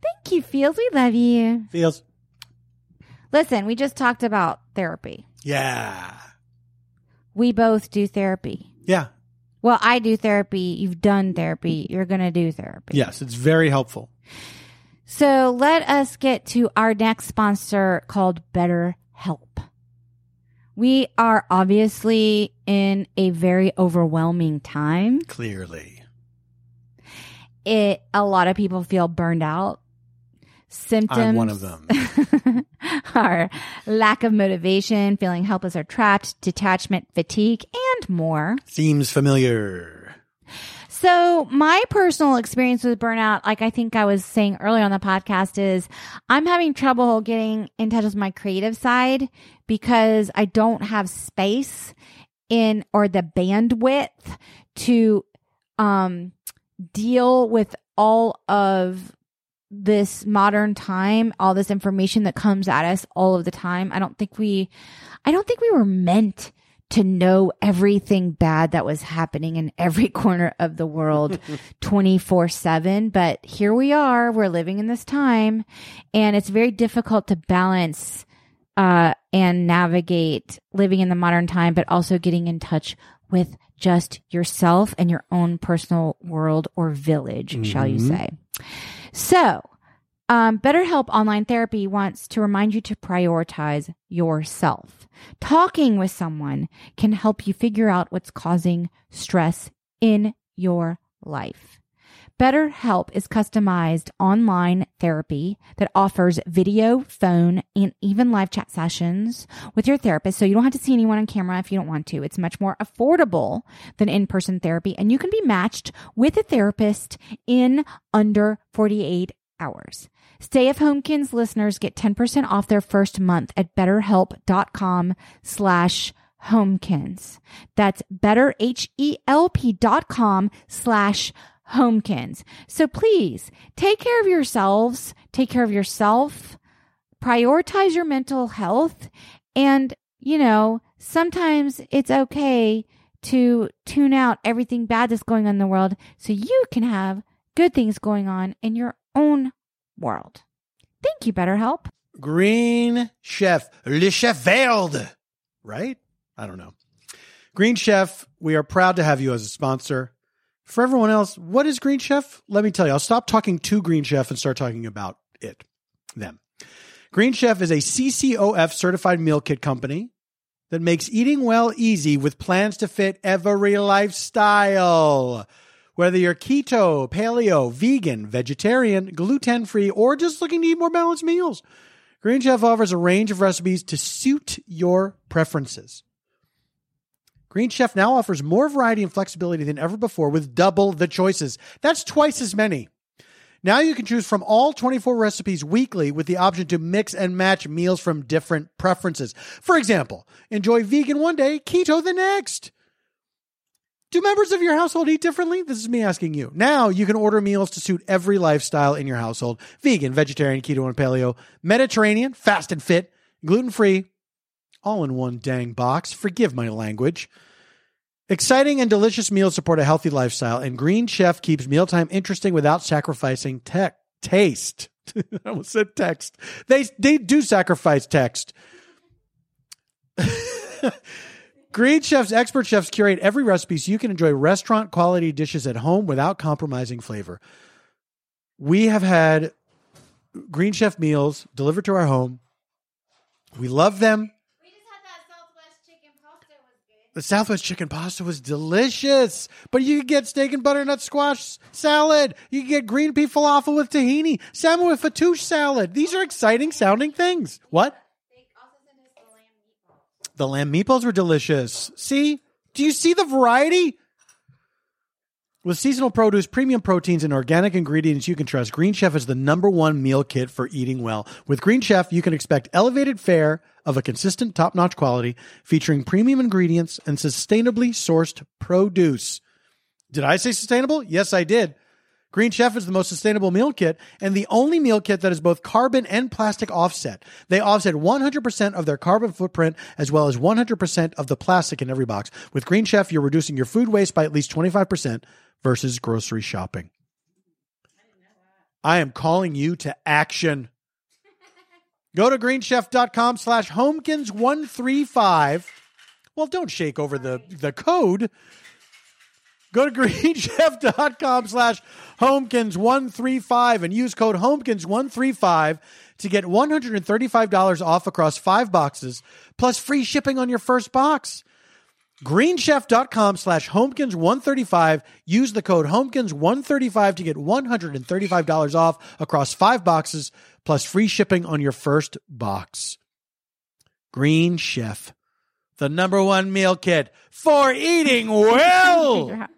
Thank you, Feels. We love you. Feels. Listen, we just talked about therapy. Yeah. We both do therapy. Yeah. Well, I do therapy. You've done therapy. You're going to do therapy. Yes. It's very helpful. So let us get to our next sponsor called BetterHelp. We are obviously in a very overwhelming time. Clearly. It a lot of people feel burned out. Symptoms I'm one of them. are lack of motivation, feeling helpless or trapped, detachment, fatigue, and more. Seems familiar. So, my personal experience with burnout, like I think I was saying earlier on the podcast, is I'm having trouble getting in touch with my creative side because I don't have space in or the bandwidth to um, deal with all of this modern time, all this information that comes at us all of the time. I don't think we, I don't think we were meant to know everything bad that was happening in every corner of the world 24 7. But here we are, we're living in this time, and it's very difficult to balance uh, and navigate living in the modern time, but also getting in touch with just yourself and your own personal world or village, shall you Mhm. say. So, um, BetterHelp Online Therapy wants to remind you to prioritize yourself. Talking with someone can help you figure out what's causing stress in your life. BetterHelp is customized online therapy that offers video, phone, and even live chat sessions with your therapist. So you don't have to see anyone on camera if you don't want to. It's much more affordable than in person therapy, and you can be matched with a therapist in under 48 hours. Stay of Homekins listeners get 10% off their first month at betterhelp.com slash homekins. That's betterhelp.com slash homekins. So please take care of yourselves, take care of yourself, prioritize your mental health, and, you know, sometimes it's okay to tune out everything bad that's going on in the world so you can have good things going on in your own world. Thank you, BetterHelp. Green Chef, Le Chef Veld, right? I don't know. Green Chef, we are proud to have you as a sponsor. For everyone else, what is Green Chef? Let me tell you, I'll stop talking to Green Chef and start talking about it, them. Green Chef is a CCOF certified meal kit company that makes eating well easy with plans to fit every lifestyle. Whether you're keto, paleo, vegan, vegetarian, gluten free, or just looking to eat more balanced meals. Green Chef offers a range of recipes to suit your preferences. Green Chef now offers more variety and flexibility than ever before with double the choices. That's twice as many. Now you can choose from all 24 recipes weekly with the option to mix and match meals from different preferences. For example, enjoy vegan one day, keto the next. Do members of your household eat differently? This is me asking you. Now you can order meals to suit every lifestyle in your household vegan, vegetarian, keto, and paleo, Mediterranean, fast and fit, gluten free, all in one dang box. Forgive my language. Exciting and delicious meals support a healthy lifestyle, and Green Chef keeps mealtime interesting without sacrificing tech taste. I almost said text. They, they do sacrifice text. Green Chef's expert chefs curate every recipe so you can enjoy restaurant quality dishes at home without compromising flavor. We have had Green Chef meals delivered to our home. We love them. We just had that Southwest The Southwest chicken pasta was delicious, but you could get steak and butternut squash salad. You could get green pea falafel with tahini, salmon with fattoush salad. These are exciting sounding things. What? The lamb meatballs were delicious. See? Do you see the variety? With seasonal produce, premium proteins, and organic ingredients you can trust, Green Chef is the number one meal kit for eating well. With Green Chef, you can expect elevated fare of a consistent, top notch quality featuring premium ingredients and sustainably sourced produce. Did I say sustainable? Yes, I did. Green Chef is the most sustainable meal kit and the only meal kit that is both carbon and plastic offset. They offset 100% of their carbon footprint as well as 100% of the plastic in every box. With Green Chef, you're reducing your food waste by at least 25% versus grocery shopping. I am calling you to action. Go to greenchef.com slash homekins135. Well, don't shake over the, the code. Go to greenchef.com slash homekins135 and use code homekins135 to get $135 off across five boxes plus free shipping on your first box. Greenchef.com slash homekins135. Use the code homekins135 to get $135 off across five boxes plus free shipping on your first box. Green Chef, the number one meal kit for eating well. Figure out-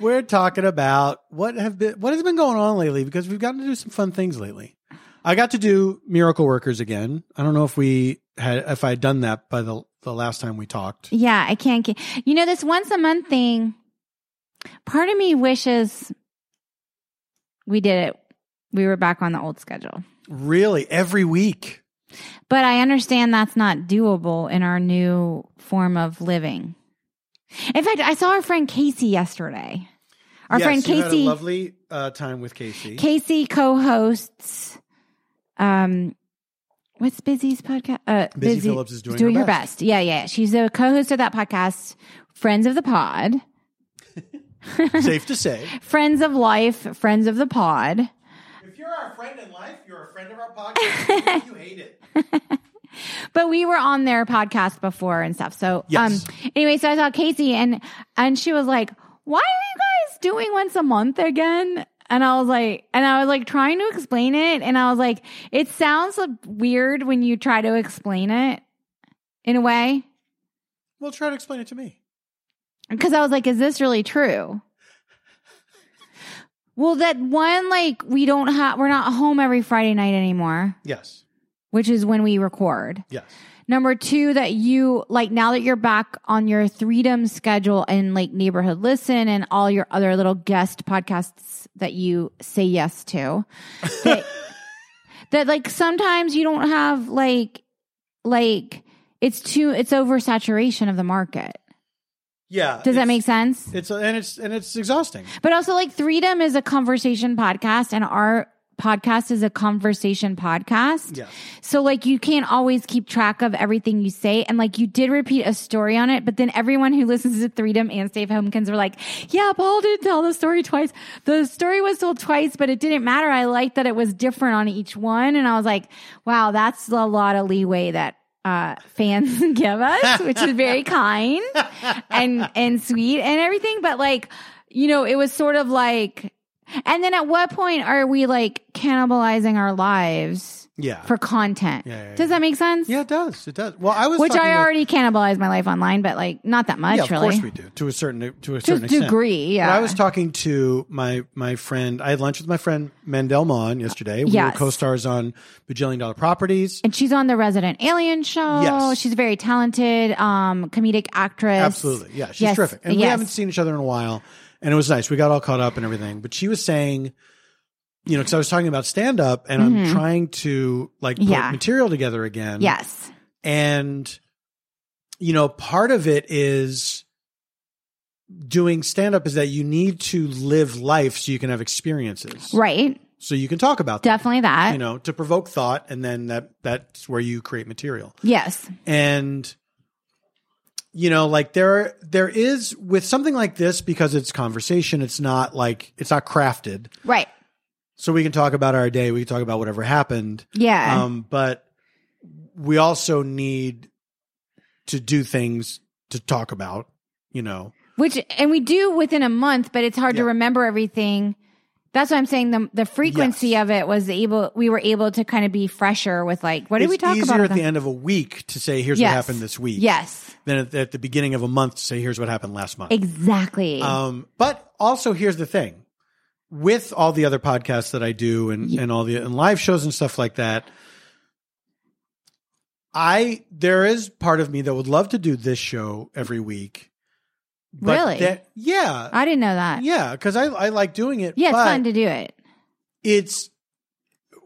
We're talking about what have been what has been going on lately because we've gotten to do some fun things lately. I got to do Miracle Workers again. I don't know if we had if I had done that by the the last time we talked. Yeah, I can't get. You know, this once a month thing, part of me wishes we did it. We were back on the old schedule. Really, every week. But I understand that's not doable in our new form of living. In fact, I saw our friend Casey yesterday. Our friend Casey. lovely uh, time with Casey. Casey co-hosts. Um, what's Busy's podcast? Uh, Busy Phillips is doing her your best. Yeah, yeah. She's a co-host of that podcast, Friends of the Pod, Safe to say, Friends of Life, Friends of the Pod. if you're our friend in life, you're a friend of our podcast. you hate it. But we were on their podcast before and stuff. So, Yes. um, anyway, so I saw Casey and and she was like, "Why are you guys doing once a month again?" And I was like, and I was like trying to explain it, and I was like, it sounds weird when you try to explain it in a way. Well, try to explain it to me. because I was like, is this really true? Well, that one, like, we don't have, we're not home every Friday night anymore, Yes, which is when we record. yes. Number two, that you, like, now that you're back on your freedom schedule and like neighborhood listen and all your other little guest podcasts that you say yes to, that, that like sometimes you don't have like, like, it's too, it's oversaturation of the market. Yeah. Does Uh, that it's- make sense? It's and it's and it's exhausting. But also, like, Freedom is a conversation podcast, and our podcast is a conversation podcast. Yes. So, like, you can't always keep track of everything you say. And, like, you did repeat a story on it, but then everyone who listens to Freedom and Stave Homekins were like, yeah, Paul did tell the story twice. The story was told twice, but it didn't matter. I liked that it was different on each one. And I was like, wow, that's a lot of leeway that. Uh, fans give us, which is very kind and and sweet and everything but like you know it was sort of like and then at what point are we like cannibalizing our lives Yeah. for content Yeah, yeah, yeah. does that make sense yeah, it does. It does. Well, I was which talking i with- already cannibalized my life online but like not that much yeah, of really course we do to a certain to a to a certain extent. degree yeah Well, I was talking to my my friend. I had lunch with my friend Mandel Mon yesterday. We Yes. were co-stars on Bajillion Dollar Properties. and she's on the resident alien show Yes. she's a very talented um comedic actress Absolutely, yeah, she's Yes, terrific. And we yes. haven't seen each other in a while, and it was nice. We got all caught up and everything. But she was saying, you know, because I was talking about stand up, and I'm trying to like put Mm-hmm. Yeah. material together again. yes And, you know, part of it is doing stand up is that you need to live life so you can have experiences. right So you can talk about them, definitely that you know, to provoke thought. And then that, that's where you create material. yes And, you know, like there, there is with something like this, because it's conversation, it's not like, it's not crafted. right So we can talk about our day. We can talk about whatever happened yeah um, but we also need to do things to talk about, you know. Which and we do within a month, but it's hard to Yeah. remember everything. That's why I'm saying the the frequency Yes. of it was able we were able to kind of be fresher with like what did it's we talk easier about? at the end of a week to say here's Yes. what happened this week Yes. than at, at the beginning of a month to say here's what happened last month. Exactly. Um, but also, here's the thing: with all the other podcasts that I do and Ye- and all the and live shows and stuff like that, I there is part of me that would love to do this show every week. But Really? that- yeah, I didn't know that. Yeah, yeah, because I I like doing it. it's but fun to do it. it's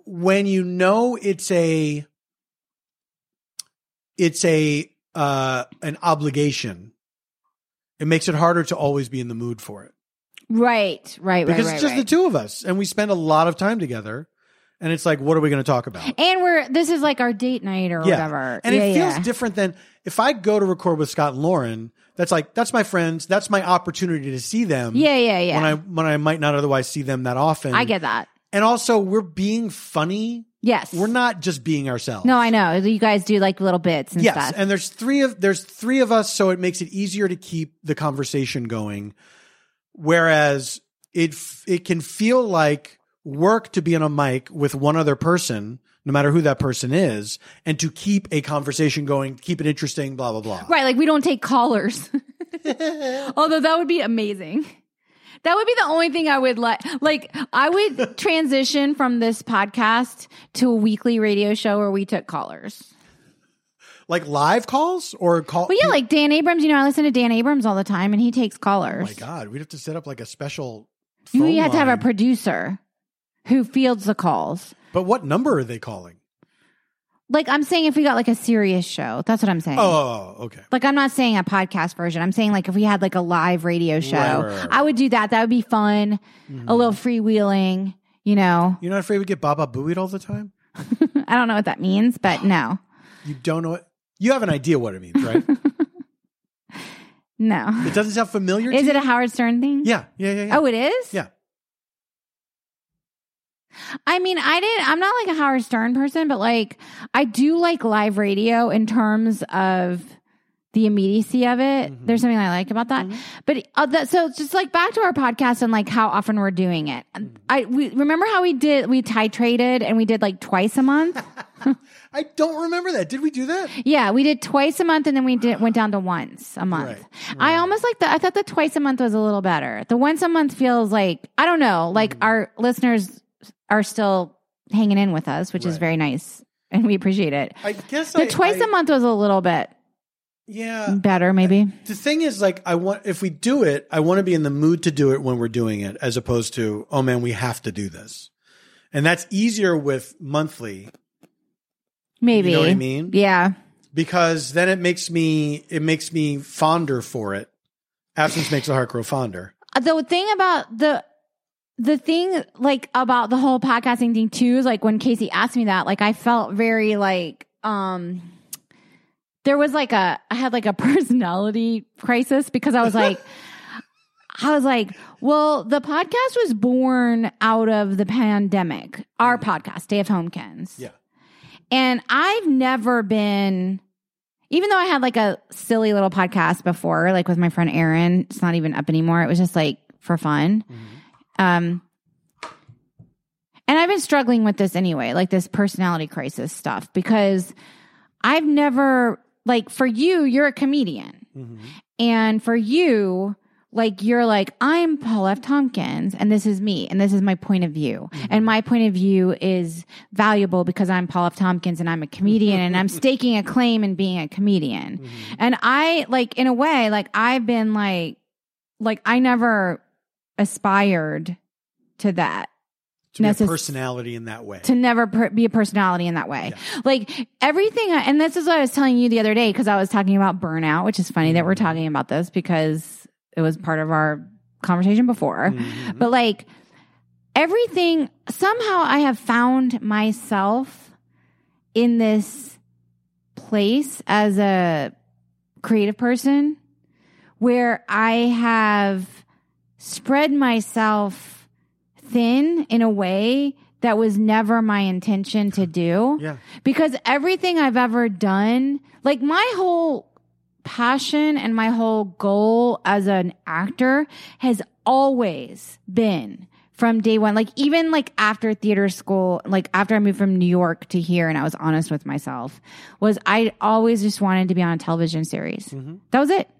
when you know it's a it's a uh an obligation it makes it harder to always be in the mood for it Right, right, because right, it's right. just right. the two of us and we spend a lot of time together and it's like what are we going to talk about and we're this is like our date night or Yeah. whatever. and yeah, it feels yeah. different than if i go to record with scott and lauren that's like that's my friends that's my opportunity to see them yeah, yeah, yeah. when i when i might not otherwise see them that often I get that. and also we're being funny Yes. we're not just being ourselves No, I know. You guys do like little bits and yes stuff. and there's three of there's three of us so it makes it easier to keep the conversation going whereas it f- it can feel like work to be on a mic with one other person no matter who that person is and to keep a conversation going keep it interesting blah blah blah Right, like we don't take callers. Although that would be amazing. That would be the only thing I would like. Like I would transition from this podcast to a weekly radio show where we took callers. like live calls or call But yeah, like Dan Abrams, you know, I listen to Dan Abrams all the time and he takes oh callers. my god we'd have to set up like a special You phone have to have a line. producer who fields the calls. but what number are they calling Like I'm saying if we got like a serious show, that's what I'm saying. oh okay Like I'm not saying a podcast version. I'm saying like if we had like a live radio show, Right, right, right. Mm. I would do that. That would be fun. Mm-hmm. A little freewheeling, you know. you're not afraid we get baba booied all the time I don't know what that means, but no. you don't know what you have an idea what it means right No. It doesn't sound familiar. Is to it you? a Howard Stern thing? Yeah, yeah, yeah. yeah. Oh, it is? Yeah. I mean, I didn't I'm not like a Howard Stern person, but like I do like live radio in terms of the immediacy of it. Mhm. There's something I like about that. Mhm. But uh, that, so it's just like back to our podcast and like how often we're doing it. Mm-hmm. I we remember how we did we titrated and we did like twice a month. I don't remember that. Did we do that? yeah, we did twice a month and then we did went down to once a month. Right, I almost like that. I thought the twice a month was a little better. The once a month feels like I don't know. Like Mm-hmm. our listeners are still hanging in with us, which is Right. very nice and we appreciate it. I guess The I, Uh, twice a a month was a little bit Yeah. better, maybe. The thing is, like, I want if we do it, I want to be in the mood to do it when we're doing it, as opposed to oh man, we have to do this, and that's easier with monthly. Maybe. You know what I mean? Yeah. Because then it makes me it makes me fonder for it. Absence makes the heart grow fonder. the thing about the the thing like about the whole podcasting thing too is like when Casey asked me that, like I felt very like um there was like a I had like a personality crisis because I was like I was like, well, the podcast was born out of the pandemic. Our podcast, Stay of Homekins. Yeah. And I've never been, even though I had like a silly little podcast before, like with my friend Erin, it's not even up anymore. It was just like for fun. Um, and I've been struggling with this anyway, like this personality crisis stuff, because I've never, like, for you, you're a comedian. Mm-hmm. And for you, like you're like, I'm Paul F. Tompkins, and this is me, and this is my point of view. And my point of view is valuable because I'm Paul F. Tompkins and I'm a comedian and I'm staking a claim in being a comedian. Mm-hmm. And I like in a way, like I've been like like I never aspired to that To be a Necess- personality in that way. to never per- be a personality in that way. Like everything, I, and this is what I was telling you the other day because I was talking about burnout, which is funny that we're talking about this because it was part of our conversation before. Mhm. But like everything, somehow I have found myself in this place as a creative person where I have spread myself thin in a way that was never my intention to do Yeah. because everything I've ever done, like my whole passion and my whole goal as an actor has always been from day one, like even like after theater school, like after I moved from New York to here and I was honest with myself, was I always just wanted to be on a television series. That was it.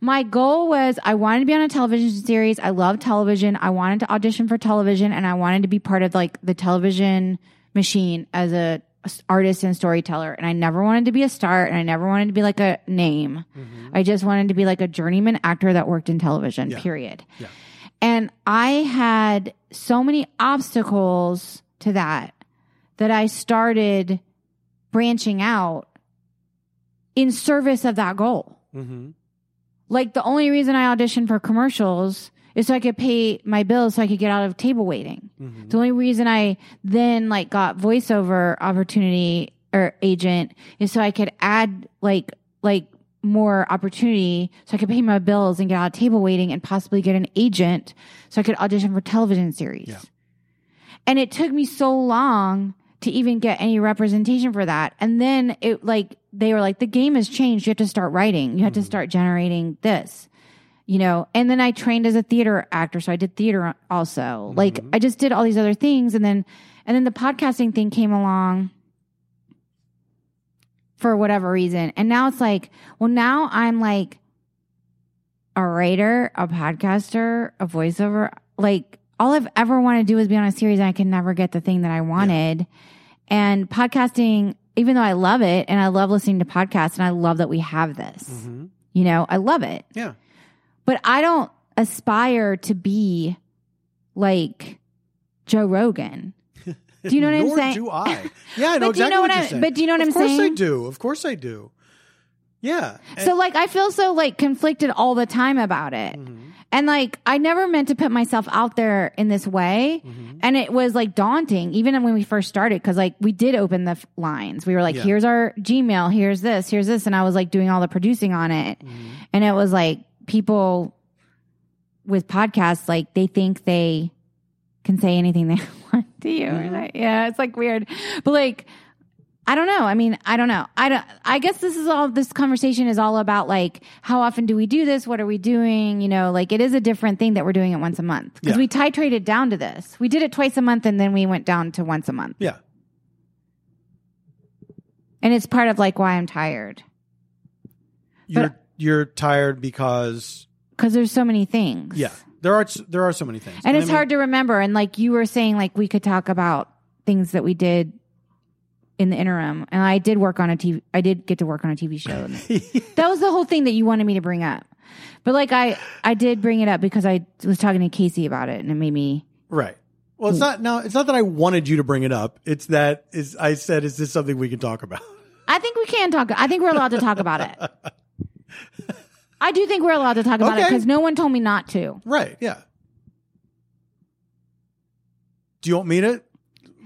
My goal was I wanted to be on a television series. I love television. I wanted to audition for television and I wanted to be part of like the television machine as a s- artist and storyteller and I never wanted to be a star and I never wanted to be like a name. I just wanted to be like a journeyman actor that worked in television, Mm-hmm. Yeah. period. Yeah. And I had so many obstacles to that that I started branching out in service of that goal. Mm-hmm. Like the only reason I auditioned for commercials is so I could pay my bills so I could get out of table waiting. Mhm. The only reason I then like got voiceover opportunity or agent is so I could add like like more opportunity so I could pay my bills and get out of table waiting and possibly get an agent so I could audition for television series. Yeah. And it took me so long to even get any representation for that. And then it like they were like the game has changed. You have to start writing. You have to start generating this you know and then i trained as a theater actor so i did theater also like i just did all these other things and then and then the podcasting thing came along for whatever reason and now it's like well now i'm like a writer a podcaster a voiceover like all i've ever wanted to do is be on a series and i can never get the thing that i wanted and podcasting even though i love it and i love listening to podcasts and i love that we have this Mm-hmm. you know i love it Yeah. but I don't aspire to be like Joe Rogan. Do you know what I'm Nor saying? do I. Yeah, I know but do you exactly what, know what, you're I? saying. But do you know what of I'm course saying? I do. Of course I do. Yeah. So like I feel so like conflicted all the time about it. Mhm. And like I never meant to put myself out there in this way. Mm-hmm. And it was like daunting even when we first started cuz like we did open the f- lines. We were like Yeah. here's our Gmail, here's this, here's this and I was like doing all the producing on it. Mm-hmm. And it was like people with podcasts like they think they can say anything they want to you. Mm-hmm. And I- yeah, it's like weird. But like I don't know. I mean, I don't know. I don't I guess this is all this conversation is all about like how often do we do this? What are we doing? You know, like it is a different thing that we're doing it once a month. Cuz Yeah. we titrated down to this. We did it twice a month and then we went down to once a month. yeah. And it's part of like why I'm tired You're you're tired because cuz there's so many things. yeah. There are there are so many things. And, it's I mean- hard to remember. And like you were saying, like we could talk about things that we did in the interim. And I did work on a TV. I did get to work on a TV show. that was the whole thing that you wanted me to bring up. But like I, I did bring it up because I was talking to Casey about it, and it made me. Right. Well, it's Mm. not now. It's not that I wanted you to bring it up. It's that is I said, is this something we can talk about? I think we can talk. I think we're allowed to talk about it. I do think we're allowed to talk about it Okay. because no one told me not to. Right. Yeah. Do you want me to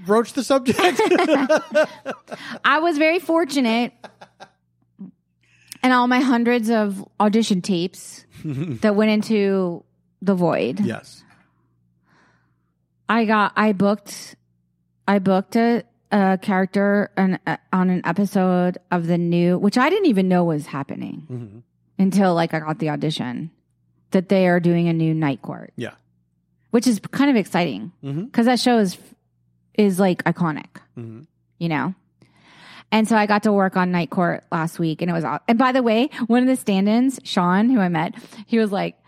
broach the subject? I was very fortunate, and all my hundreds of audition tapes that went into the void. yes. I got I booked I booked a, a character an, uh, on an episode of the new which I didn't even know was happening hmm until like I got the audition that they are doing a new night court Yeah. which is kind of exciting Mhm. cuz that show is is like iconic hmm you know. And so I got to work on Night Court last week, and it was. aw- And by the way, one of the stand-ins, Sean, who I met, he was like,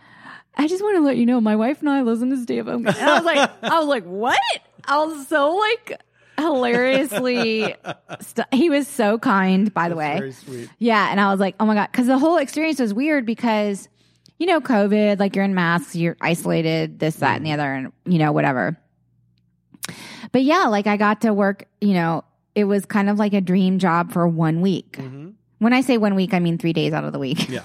"I just want to let you know, my wife and I listen to Steve." And I was like, "I was like, what?" I was so like hilariously. St- he was so kind, by the way. Very sweet. Yeah. And I was like, oh my God. Cause the whole experience was weird because, you know, COVID, like you're in masks, you're isolated, this, that, and the other, and, you know, whatever. But yeah, like I got to work, you know, it was kind of like a dream job for one week. hmm When I say one week, I mean three days out of the week. Yeah.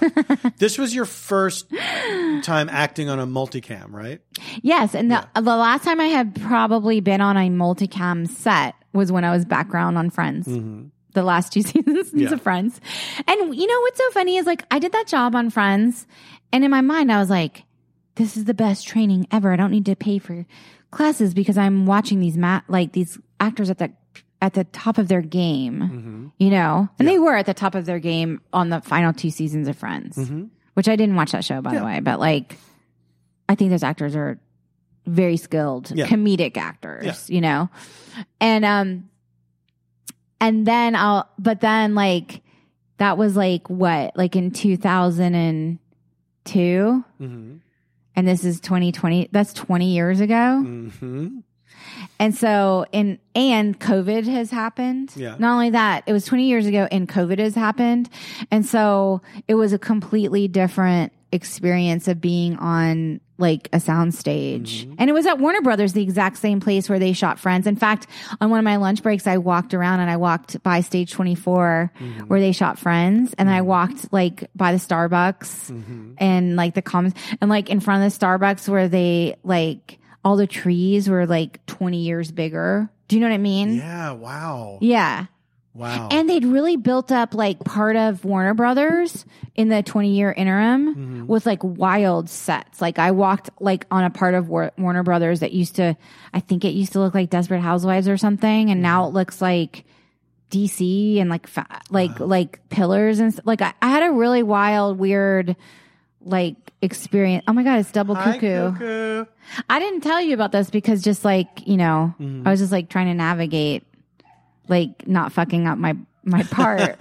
this was your first time acting on a multicam, right? Yes, and the, the last time I had probably been on a multicam set was when I was background on Friends. Mm-hmm. The last two seasons Yeah. of Friends, and you know what's so funny is like I did that job on Friends, and in my mind I was like, "This is the best training ever. I don't need to pay for classes because I'm watching these mat like these actors at that at the top of their game, Mm-hmm. you know, and Yeah. they were at the top of their game on the final two seasons of Friends, Mm-hmm. which I didn't watch that show by Yeah. the way, but like, I think those actors are very skilled Yeah. comedic actors, you know, and um, and then I'll, but then like that was like what, like in two thousand and two, Mm-hmm. and this is twenty twenty. That's twenty years ago. Mm-hmm. And so in and COVID has happened. Yeah. Not only that, it was 20 years ago and COVID has happened. And so it was a completely different experience of being on like a soundstage. Mhm. And it was at Warner Brothers, the exact same place where they shot Friends. In fact, on one of my lunch breaks, I walked around and I walked by stage 24 where they shot Friends and I walked like by the Starbucks Mm-hmm. and like the commons and like in front of the Starbucks where they like all the trees were like 20 years bigger. Do you know what I mean? Yeah. Wow. Yeah. Wow. And they'd really built up like part of Warner Brothers in the 20 year interim Mhm. with like wild sets. Like I walked like on a part of War- Warner Brothers that used to, I think it used to look like Desperate Housewives or something. And now it looks like DC and like, fa- like, Wow. like pillars and st- like I, I had a really wild, weird, like experience. Oh my God, it's double Hi, cuckoo. cuckoo. I didn't tell you about this because just like, you know, Mhm. I was just like trying to navigate, like not fucking up my, my part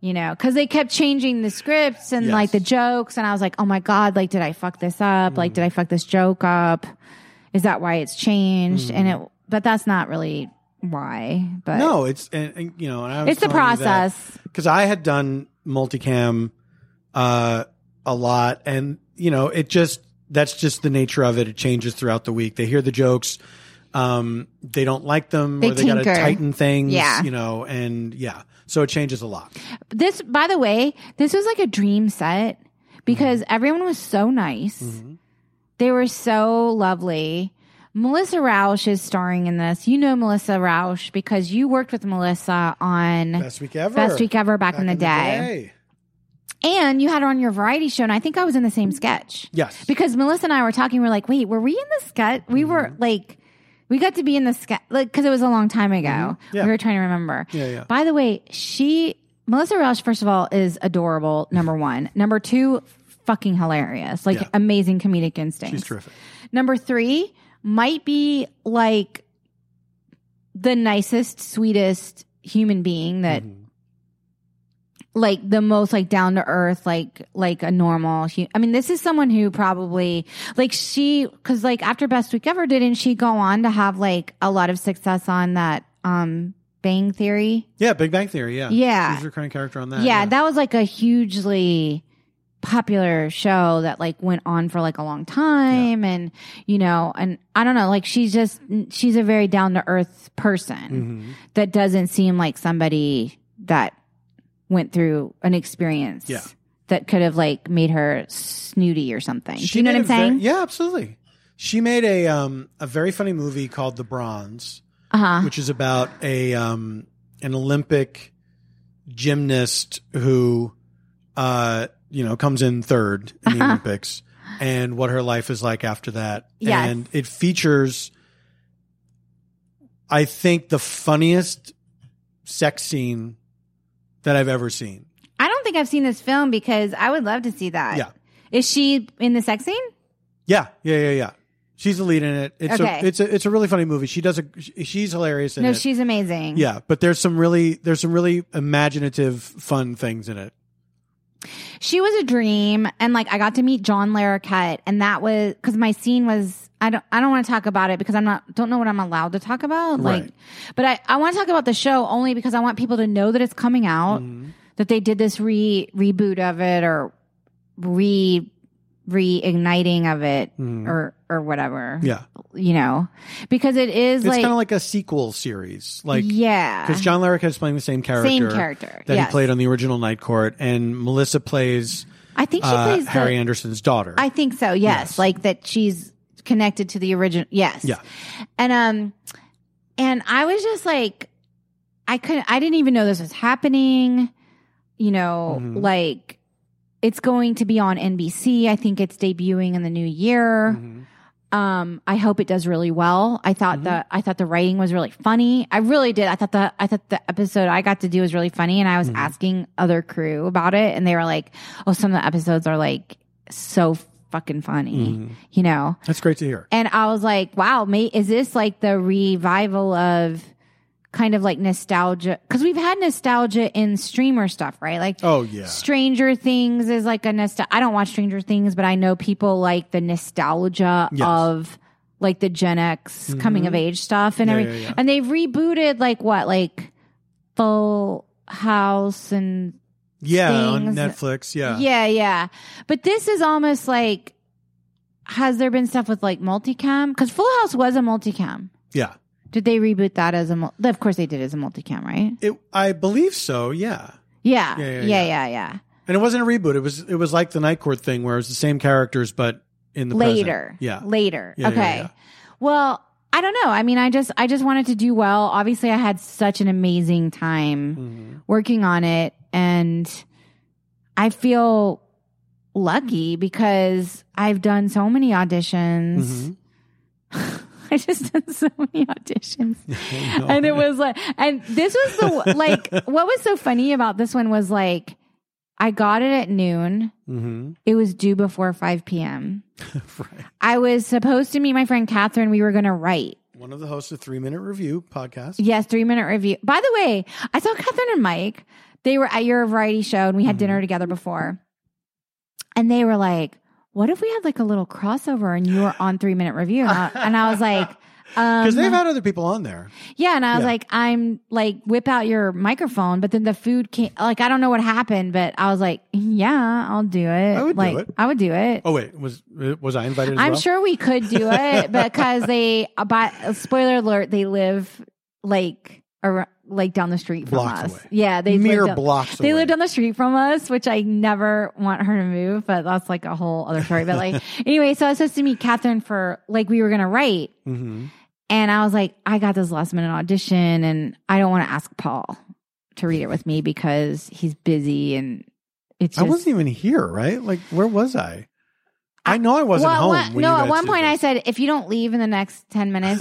you know, because they kept changing the scripts and Yes. Mm-hmm. like the jokes. And I was like, oh my God, like, did I fuck this up? Like, did I fuck this joke up? Is that why it's changed? And it, but that's not really why, but Mm-hmm. no, it's and, and, you know, and I was it's the process. because I had done multicam uh, a lot, and you know, it just that's just the nature of it. It changes throughout the week. They hear the jokes. Um, they don't like them, They or they got to tinker. tighten things, Yeah. you know, and yeah, so it changes a lot. This, by the way, this was like a dream set because everyone was so nice. Mhm. They were so lovely. Melissa Rausch is starring in this. You know Melissa Rausch because you worked with Melissa on Best, Best week ever. Week Ever back, in the day. And you had her on your variety show, and I think I was in the same sketch Yes. because Melissa and I were talking. We're like, wait, were we in the sketch? We were like, we got to be in the sketch, like, because it was a long time ago. Yeah. We were trying to remember. yeah, yeah. By the way, she, Melissa Rausch, first of all, is adorable, number one. Number two, fucking hilarious, like Yeah. amazing comedic instincts. She's terrific. Number three might be like the nicest, sweetest human being that Mhm. Mm-hmm. like the most like down to earth like like a normal hu- i mean this is someone who probably like she because like after best week ever didn't she go on to have like a lot of success on that um bang theory Yeah, Big Bang Theory. Yeah. Yeah. She's a recurring character on that. yeah, that was like a hugely popular show that like went on for like a long time and you know and i don't know like she's just she's a very down to earth person Mhm. that doesn't seem like somebody that went through an experience Yeah. that could have like made her snooty or something. Do She you know made what I'm a ver- saying? yeah, absolutely. She made a um a very funny movie called The Bronze, uh huh. which is about a um an Olympic gymnast who uh you know comes in third in the Uh-huh. Olympics and what her life is like after that. Yes. And it features I think the funniest sex scene that I've ever seen. I don't think I've seen this film because I would love to see that. Yeah. Is she in the sex scene? Yeah, yeah, yeah, yeah. She's the lead in it. It's Okay. a it's a it's a really funny movie. She does a she's hilarious in no, it. she's amazing. yeah, but there's some really there's some really imaginative fun things in it. She was a dream and like I got to meet John Larroquette and that was cuz my scene was I don't I don't want to talk about it because I'm not don't know what I'm allowed to talk about like Right. but I I want to talk about the show only because I want people to know that it's coming out Mm. Mm-hmm. that they did this re reboot of it or re reigniting of it Mhm. or or whatever Yeah. you know because it is It's like, kind of like a sequel series. Like yeah cuz John Larroquette is playing the same character, same character that yes. he played on the original Night Court and Melissa plays, I think she uh, plays the- Harry Anderson's daughter. I think so. Yes. Yes. like that she's connected to the original. Yes. Yeah. And um, and I was just like, I couldn't. I didn't even know this was happening. You know, Mhm. like it's going to be on NBC. I think it's debuting in the new year. Mhm. Um, I hope it does really well. I thought the I thought the writing was really funny. I really did. I thought the I thought the episode I got to do was really funny, and I was asking other crew about it, and they were like, "Oh, some of the episodes are like so fucking funny," Mm-hmm. you know. That's great to hear. And I was like, wow, mate, is this like the revival of kind of like nostalgia? Because we've had nostalgia in streamer stuff, right? Like, Oh yeah. Stranger Things is like a nostalgia. I don't watch Stranger Things, but I know people like the nostalgia Yes. Mm-hmm. of like the Gen X coming of age stuff and Yeah, everything. yeah, yeah. And they've rebooted like what, like Full House and Yeah, on things- Netflix. Yeah. yeah, yeah. But this is almost like has there been stuff with like multicam? Because Full House was a multicam. Yeah. Did they reboot that as a? Mul- of course they did as a multicam, right? It, I believe so. Yeah. Yeah, Yeah, yeah, yeah, yeah, yeah. yeah. And it wasn't a reboot. It was it was like the Night Court thing where it was the same characters but in the present. Later, Yeah. later. Yeah, yeah, okay. yeah. Well, I don't know. I mean, I just, I just wanted to do well. Obviously, I had such an amazing time Mhm. working on it, and I feel lucky because I've done so many auditions. Mhm. I just did so many auditions. I know. And it was like, and this was the, like, what was so funny about this one was like, I got it at noon. Mhm. It was due before 5 p.m. Right. I was supposed to meet my friend Catherine. We were going to write. One of the hosts of Three Minute Review podcast. Yes, three minute review. By the way, I saw Catherine and Mike. They were at your variety show and we had Mhm. dinner together before. And they were like, what if we had like a little crossover and you were on three minute review? And I, and I was like, um, Because they've had other people on there. Yeah, and I was Yeah. like, I'm like, whip out your microphone, but then the food came. Like, I don't know what happened, but I was like, yeah, I'll do it. I would do like, it. I would do it. Oh wait, was was I invited? As I'm well? sure we could do it because they. But spoiler alert, they live like ar- like down the street from Blocks us. away. Yeah, they mere lived, blocks. they away. lived on the street from us, which I never want her to move, but that's like a whole other story. But like anyway, so I was supposed to meet Catherine for like we were gonna write. Mhm. And I was like, I got this last minute audition and I don't want to ask Paul to read it with me because he's busy and it's I just. wasn't even here, right? Like, where was I? I know I wasn't Well, home. one- when no, you at guys one did point I this. said, if you don't leave in the next 10 minutes,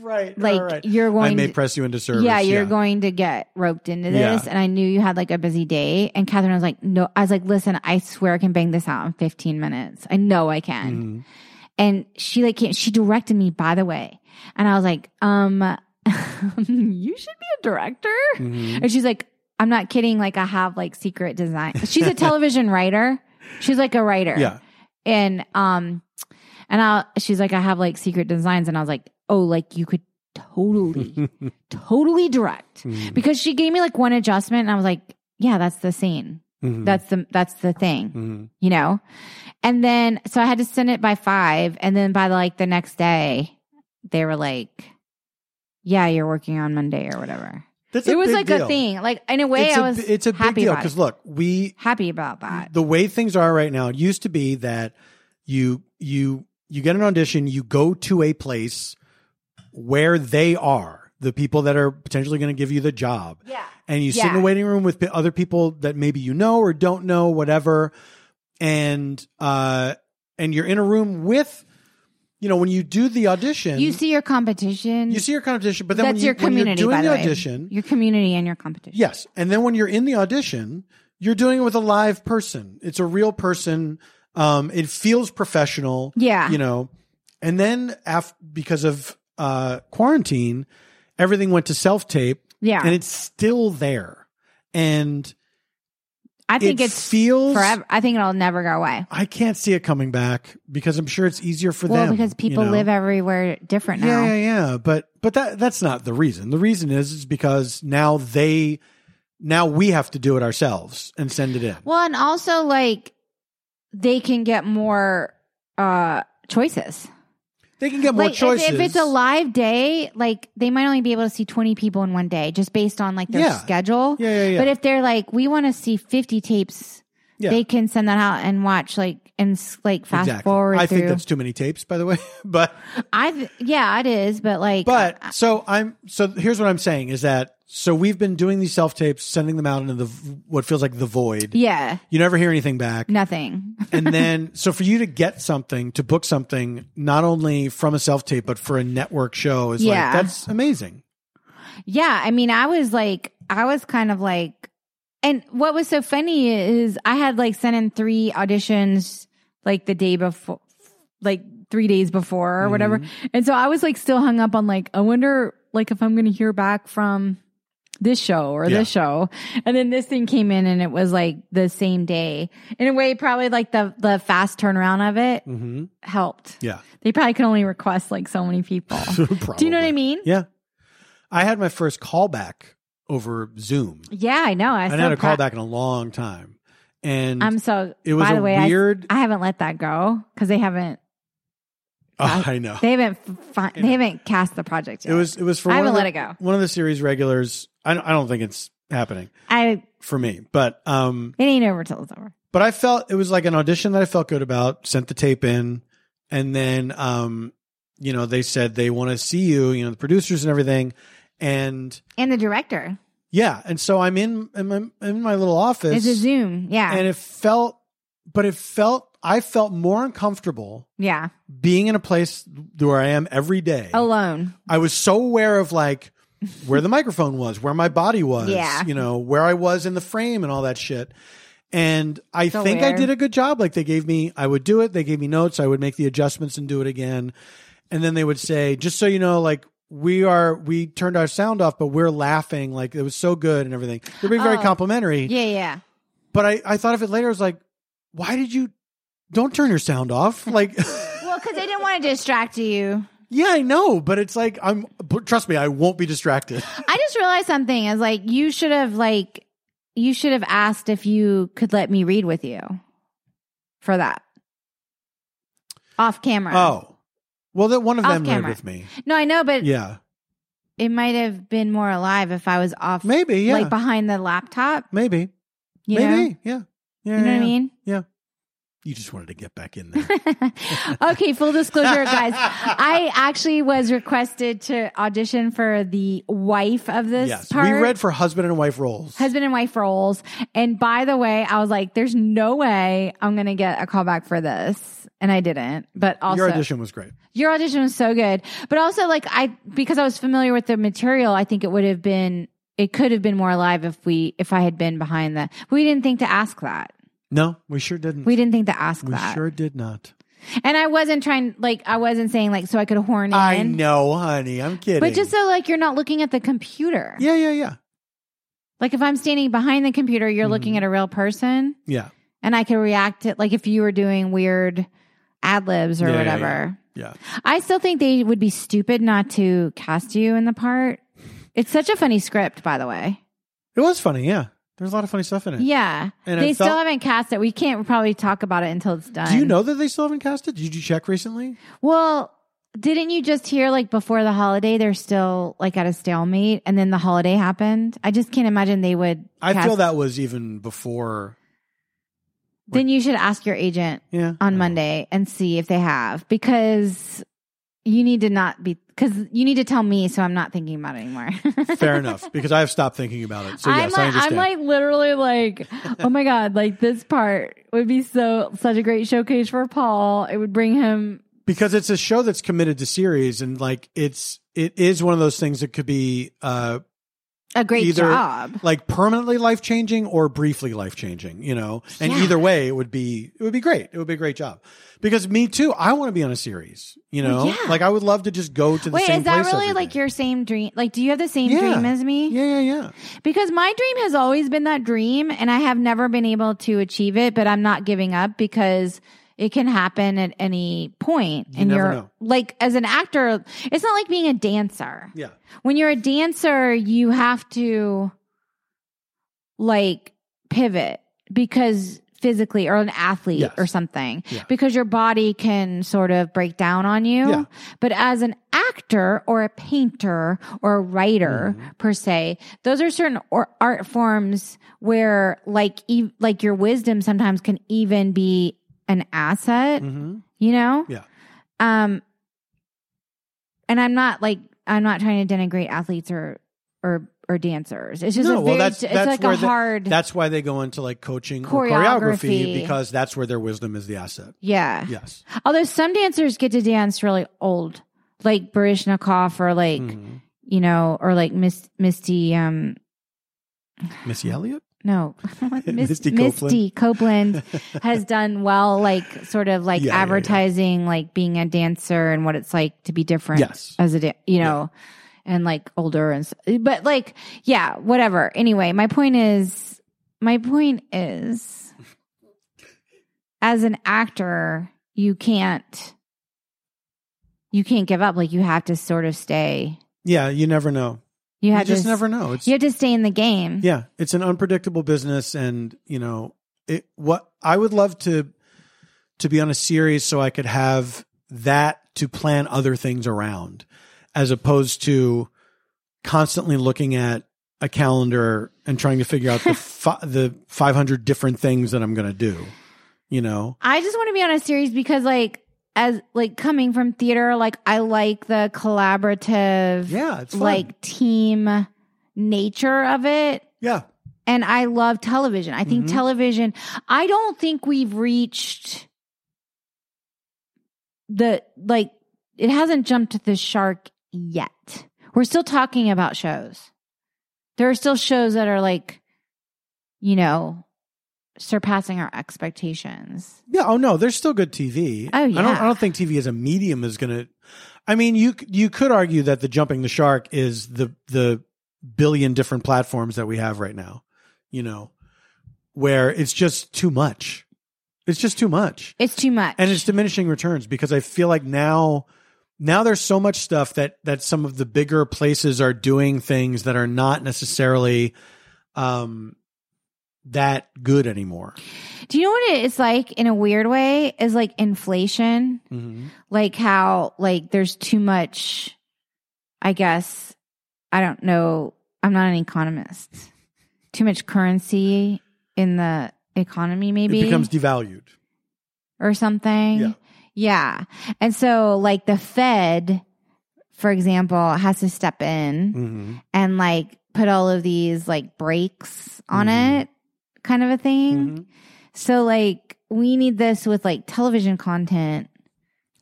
right, like right. you're going I may to, press you into service. yeah, you're going to get roped into this. Yeah. And I knew you had like a busy day. And Catherine was like, no, I was like, listen, I swear I can bang this out in 15 minutes. I know I can. Mhm. and she like came, she directed me by the way and i was like um you should be a director Mhm. and she's like i'm not kidding like i have like secret design she's a television writer she's like a writer Yeah. and um and i she's like i have like secret designs and i was like oh like you could totally totally direct Mhm. because she gave me like one adjustment and i was like yeah that's the scene Mhm. that's the that's the thing Mhm. you know? And then, so I had to send it by five. And then by like the next day, they were like, yeah, you're working on Monday or whatever. That's it was big like a deal. thing. Like, in a way, it's I a, was bi- it's a big happy deal about it. because look, we happy about that. the way things are right now. It used to be that you you you get an audition, you go to a place where they are the people that are potentially going to give you the job, Yeah. and you sit in a Yeah. waiting room with p- other people that maybe you know or don't know, whatever, and uh, and you're in a room with, you know, when you do the audition, You see your competition. you see your competition, but then That's when, you, your community, when you're doing by the the way. audition, Your community and your competition. Yes. And then when you're in the audition, you're doing it with a live person. It's a real person. Um, it feels professional, Yeah. you know. And then af- because of uh, quarantine, everything went to self tape yeah. and it's still there. And I think it it's feels forever. I think it'll never go away. I can't see it coming back because I'm sure it's easier for Well, them. because you people know? live everywhere different now. Yeah, yeah, yeah. But but that that's not the reason. The reason is is because now they now we have to do it ourselves and send it in. Well, and also like they can get more uh choices. They can get more like if- choices. If, it's a live day, like they might only be able to see 20 people in one day just based on like their Yeah. schedule. yeah, yeah, yeah. But if they're like, we want to see 50 tapes Yeah. they can send that out and watch like and s- like fast forward I through. think that's too many tapes, by the way. but I th- yeah, it is, but like I- but so I'm so here's what I'm saying is that so we've been doing these self tapes, sending them out into the v- what feels like the void. yeah, You never hear anything back. nothing. and then so for you to get something to book something not only from a self tape but for a network show is Yeah. like that's amazing Yeah, I mean, I was like, I was kind of like, and what was so funny is I had like sent in three auditions like the day before, like three days before or whatever. And so I was like still hung up on like, I wonder like if I'm going to hear back from this show or Yeah. this show. And then this thing came in and it was like the same day. In a way, probably like the, the fast turnaround of it mm-hmm. helped. yeah They probably could only request like so many people. Do you know what I mean? yeah i had my first callback over zoom Yeah, I know. I, i saw hadn't had a pro- callback in a long time and I'm so. it was by a the way, I- weird I, haven't let that go because they haven't. Oh, i know They haven't. f- Fi- You they know. haven't cast the project. Yet. it was it was for I one haven't of let the, it go. one of the series regulars I don't, I don't think it's happening I. for me but um It ain't over till it's over. but I felt it was like an audition that I felt good about. Sent the tape in, and then um, you know they said they want to see you. You know the producers and everything, and And the director yeah, and so I'm in in my, in my little office, is a Zoom. Yeah. and it felt, but it felt I felt more uncomfortable yeah. being in a place where I am every day. Oh, Alone. I was so aware of like where the microphone was, where my body was, Yeah. you know, where I was in the frame and all that shit. And I So think I aware. did a good job. Like they gave me, I would do it. They gave me notes. I would make the adjustments and do it again. And then they would say, just so you know, like we are, we turned our sound off, but we're laughing. Like it was so good and everything. They're being very Oh. complimentary. Yeah. Yeah. But I, I thought of it later. I was like, why did you, don't turn your sound off. Like, Well, because they didn't want to distract you. yeah, I know, but it's like, I'm, but trust me, I won't be distracted. I just realized something. Is like you should have like you should have asked if you could let me read with you for that off camera. Oh. Well, that one of Off them read camera. with me. no, I know, but Yeah. it might have been more alive if I was off, Maybe, yeah. like behind the laptop. maybe. You know, maybe. Yeah. Yeah. you know what yeah. I mean. You just wanted to get back in there. okay, full disclosure, guys. I actually was requested to audition for the wife of this yes. part. We read for husband and wife roles. husband and wife roles. And by the way, I was like, there's no way I'm going to get a callback for this. And I didn't. But also, Your audition was great. your audition was so good. But also, like, I, because I was familiar with the material, I think it would have been, it could have been more alive if we, if I had been behind that. We didn't think to ask that. No, we sure didn't. We didn't think to ask We that. sure did not. And I wasn't trying, like, I wasn't saying, like, so I could horn in. I know, honey. I'm kidding. But just so, like, you're not looking at the computer. Yeah, yeah, yeah. Like, if I'm standing behind the computer, you're Mhm. looking at a real person Yeah. and I could react to, like, if you were doing weird ad libs or Yeah, yeah, whatever. yeah. I still think they would be stupid not to cast you in the part. It's such a funny script, by the way. It was funny, yeah. There's a lot of funny stuff in it. Yeah. And they I still felt- haven't cast it. We can't probably talk about it until it's done. Do you know that they still haven't cast it? Did you check recently? Well, didn't you just hear like before the holiday they're still like at a stalemate and then the holiday happened? I just can't imagine they would I cast- feel that was even before. Then you should ask your agent Yeah. on Monday and see if they have because you need to not be because you need to tell me so I'm not thinking about it anymore. Fair enough, because I have stopped thinking about it. So I'm yes, I like, I'm understand. like literally like, oh my god, like this part would be so such a great showcase for Paul. It would bring him because it's a show that's committed to series and like it's it is one of those things that could be uh a great Either- job. like permanently life changing or briefly life changing you know and Yeah. either way it would be it would be great it would be a great job because me too i want to be on a series you know Well, yeah. like i would love to just go to the Wait, same is that place really every like day. your same dream? Like, do you have the same Yeah. dream as me? yeah yeah yeah Because my dream has always been that dream, and I have never been able to achieve it, but I'm not giving up because it can happen at any point. You and never you're know. like, as an actor, it's not like being a dancer. yeah When you're a dancer, you have to like pivot because physically or an athlete Yes. or something Yeah. because your body can sort of break down on you. Yeah. But as an actor or a painter or a writer Mm-hmm. per se, those are certain or art forms where like e- like your wisdom sometimes can even be an asset, Mhm. you know? Yeah. Um and I'm not like I'm not trying to denigrate athletes or or or dancers. It's just No, a well, very that's- it's that's like a where the- hard That's why they go into like coaching or Choreography. choreography because that's where their wisdom is the asset. yeah. Yes. Although some dancers get to dance really old, like Barishnikov or like Mhm. you know, or like Miss Misty. Um, Missy Elliott? no, Miss, Misty Misty, Copeland. Copeland has done well, like sort of like Yeah, yeah, yeah. advertising, like being a dancer and what it's like to be different Yes. as a, da- you know, and like older and, s- but like, yeah, whatever. Anyway, my point is, my point is, as an actor, you can't, you can't give up. Like you have to sort of stay. Yeah, you never know. You You, have just to never know. It's You have to stay in the game. yeah, it's an unpredictable business, and you know it. What I would love to to be on a series so I could have that to plan other things around, as opposed to constantly looking at a calendar and trying to figure out the fi- the five hundred different things that I'm going to do. You know, I just want to be on a series because like as like coming from theater, like I like the collaborative yeah, it's fun. like team nature of it. yeah, And I love television. I think Mhm. television I don't think we've reached the like it hasn't jumped the shark yet. We're still talking about shows. There are still shows that are like, you know, surpassing our expectations. yeah. Oh no, there's still good TV. Oh, I don't. yeah. I don't think TV as a medium is going to. I mean, you c- you could argue that the jumping the shark is the the billion different platforms that we have right now. You know, where it's just too much. It's just too much, It's too much. and it's diminishing returns because I feel like now now there's so much stuff that that some of the bigger places are doing things that are not necessarily um that good anymore. Do you know what it's like in a weird way? Is like inflation, Mm-hmm. like how like there's too much. I guess I don't know. I'm not an economist. Too much currency in the economy, maybe It becomes devalued. or something. Yeah. Yeah. And so, like the Fed, for example, has to step in Mm-hmm. and like put all of these like brakes on Mhm. it, kind of a thing. Mm-hmm. So like we need this with like television content.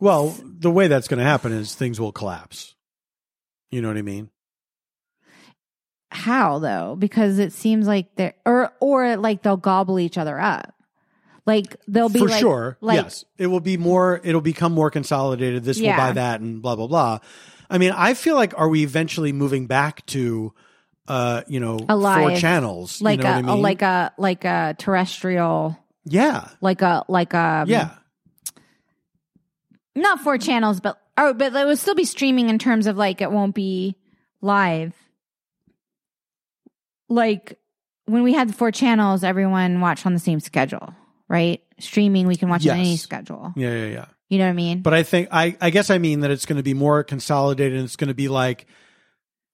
Well, the way that's going to happen is things will collapse. You know what I mean? How though? Because it seems like they're or or like they'll gobble each other up. Like they'll be For like, sure. like- yes. It will be more, it'll become more consolidated. This Yeah. will buy that and blah, blah, blah. I mean, I feel like are we eventually moving back to, uh, you know, A four live- channels? like you know a, what I mean? like a like a terrestrial yeah. like a like a yeah. not four channels but oh but it will still be streaming in terms of like it won't be live. Like when we had the four channels, everyone watched on the same schedule, right? Streaming, we can watch on any Yes. schedule. Yeah. Yeah. Yeah. You know what I mean? But I think I, I guess I mean that it's going to be more consolidated. and It's going to be like,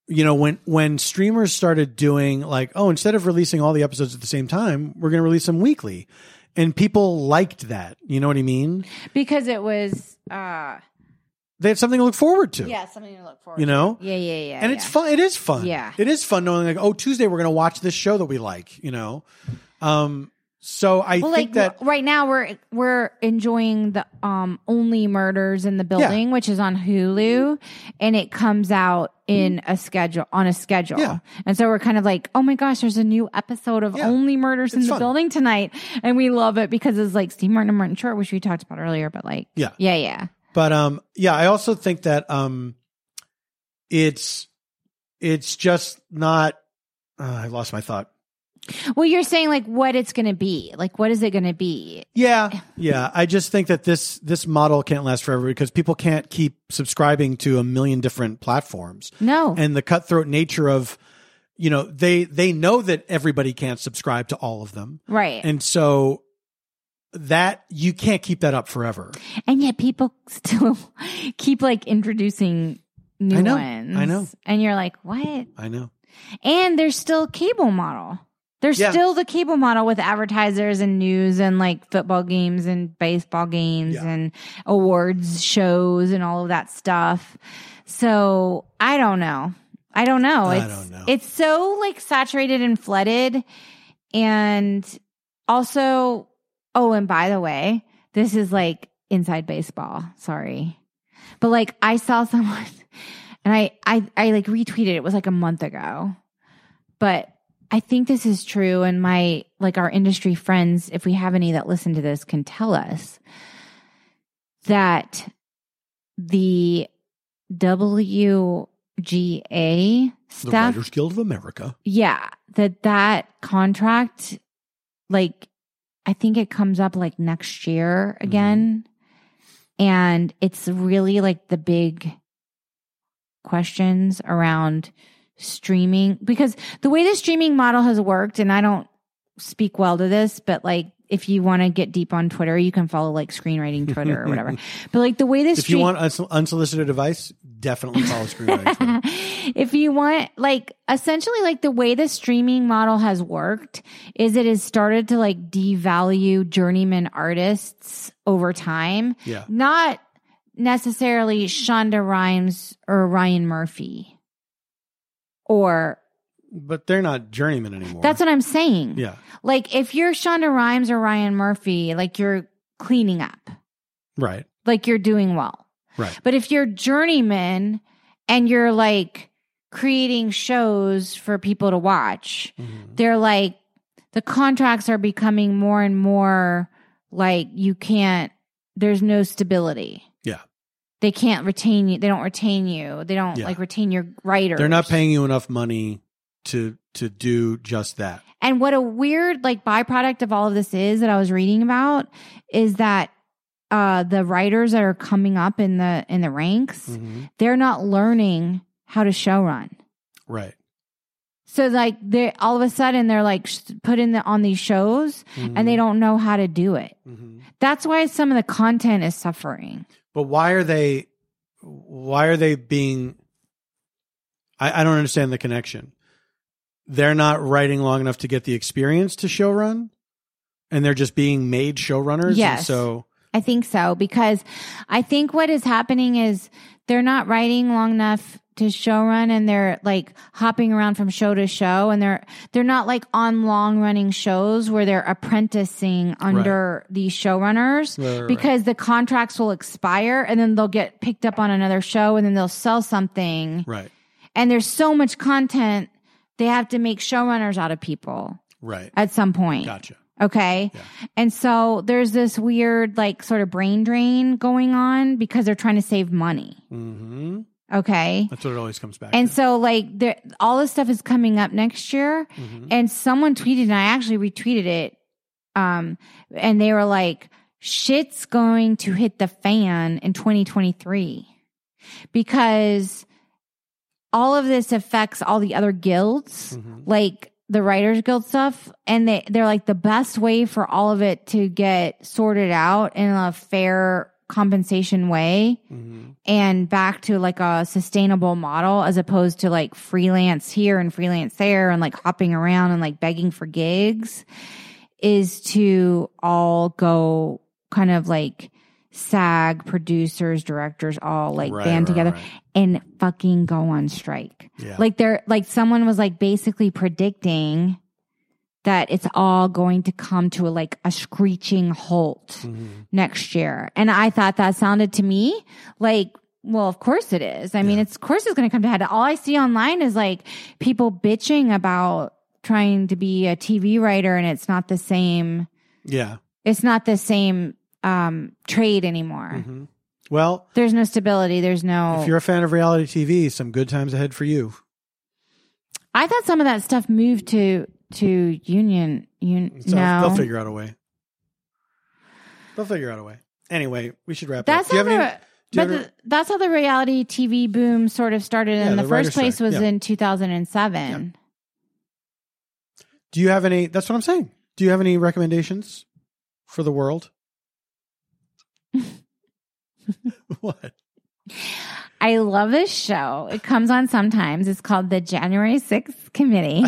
you know, when when streamers started doing like, oh, instead of releasing all the episodes at the same time, we're going to release them weekly, and people liked that. You know what I mean? because it was uh They had something to look forward to. yeah something to look forward You know. to. yeah yeah yeah And yeah. it's fun. It is fun. Yeah. It is fun knowing like, oh, Tuesday we're going to watch this show that we like. You know. Um. So I well think like that w- right now we're we're enjoying the um only murders in the building which is on hulu and it comes out in a schedule on a schedule Yeah. and so we're kind of like oh my gosh there's a new episode of Yeah. only murders in It's the fun. building tonight and we love it because it's like steve martin and martin short which we talked about earlier but like Yeah. yeah yeah But um, yeah, I also think that um, it's it's just not. Uh, I lost my thought. well you're saying like what it's gonna be like what is it gonna be Yeah, yeah. I just think that this this model can't last forever because people can't keep subscribing to a million different platforms no and the cutthroat nature of you know they they know that everybody can't subscribe to all of them right and so that you can't keep that up forever. And yet people still keep like introducing new I know. ones. I know. And you're like, what? I know. And there's still cable model. There's Yeah. still the cable model with advertisers and news and like football games and baseball games Yeah. and awards shows and all of that stuff. So I don't know. I don't know. I it's, don't know. It's so like saturated and flooded. And also, oh, and by the way, this is like inside baseball. Sorry. But like I saw someone and I I I like retweeted it. It was like a month ago. But I think this is true and my like our industry friends if we have any that listen to this can tell us that the WGA The staff Writers Guild of America. yeah that that contract like i think it comes up like next year again Mm-hmm. and it's really like the big questions around streaming because the way the streaming model has worked and i don't speak well to this but like if you want to get deep on twitter you can follow like screenwriting twitter or whatever but like the way this If you want uns- unsolicited advice, definitely follow Screenwriting. Twitter. if you want like essentially like the way the streaming model has worked is it has started to like devalue journeyman artists over time Yeah. not necessarily shonda rhimes or ryan murphy or But they're not journeymen anymore. that's what i'm saying yeah. like if you're shonda rhimes or ryan murphy like you're cleaning up Right. like you're doing well. Right. But if you're journeyman and you're like creating shows for people to watch, Mhm. they're like the contracts are becoming more and more like you can't there's no stability. Yeah. They can't retain you. They don't retain you. They don't Yeah. like retain your writers. They're not paying you enough money to to do just that. And what a weird like byproduct of all of this is that I was reading about is that uh the writers that are coming up in the in the ranks Mhm. they're not learning how to show run. Right. So like they all of a sudden they're like sh- put in the, on these shows and they don't know how to do it. Mhm. That's why some of the content is suffering. But why are they? Why are they being? I, I don't understand the connection. They're not writing long enough to get the experience to showrun, and they're just being made showrunners. and Yes. so I think so because I think what is happening is they're not writing long enough to show run and they're like hopping around from show to show and they're they're not like on long running shows where they're apprenticing under these showrunners Right, right, right. because the contracts will expire and then they'll get picked up on another show and then they'll sell something right, and there's so much content they have to make showrunners out of people right, at some point gotcha. Okay. Yeah. And so there's this weird, like, sort of brain drain going on because they're trying to save money. hmm Okay. That's what it always comes back. And to. so, like, there, all this stuff is coming up next year. Mhm. And someone tweeted, and I actually retweeted it. Um, and they were like, shit's going to hit the fan in 2023 because all of this affects all the other guilds Mhm. like the writers guild stuff and they they're like the best way for all of it to get sorted out in a fair compensation way Mhm. and back to like a sustainable model as opposed to like freelance here and freelance there and like hopping around and like begging for gigs is to all go kind of like SAG producers, directors, all like Right, band right, together right. and fucking go on strike. Yeah. Like they're like someone was like basically predicting that it's all going to come to a, like a screeching halt Mhm. next year. And I thought that sounded to me like, well, of course it is. I mean, Yeah. it's of course it's going to come to head. All I see online is like people bitching about trying to be a TV writer and it's not the same. yeah. It's not the same um, trade anymore. hmm Well, There's no stability. There's no. if you're a fan of reality TV, some good times ahead for you. I thought some of that stuff moved to to union. Un- So no, they'll figure out a way. They'll figure out a way. Anyway, we should wrap. that's it how up. Do you have the any- do you but have any- the, that's how the reality TV boom sort of started. Yeah, in the, the writer's first place strike. was Yeah. in 2007. Do you have any? That's what I'm saying. Do you have any recommendations? for the world? what? I love this show. It comes on sometimes. It's called the January 6th Committee.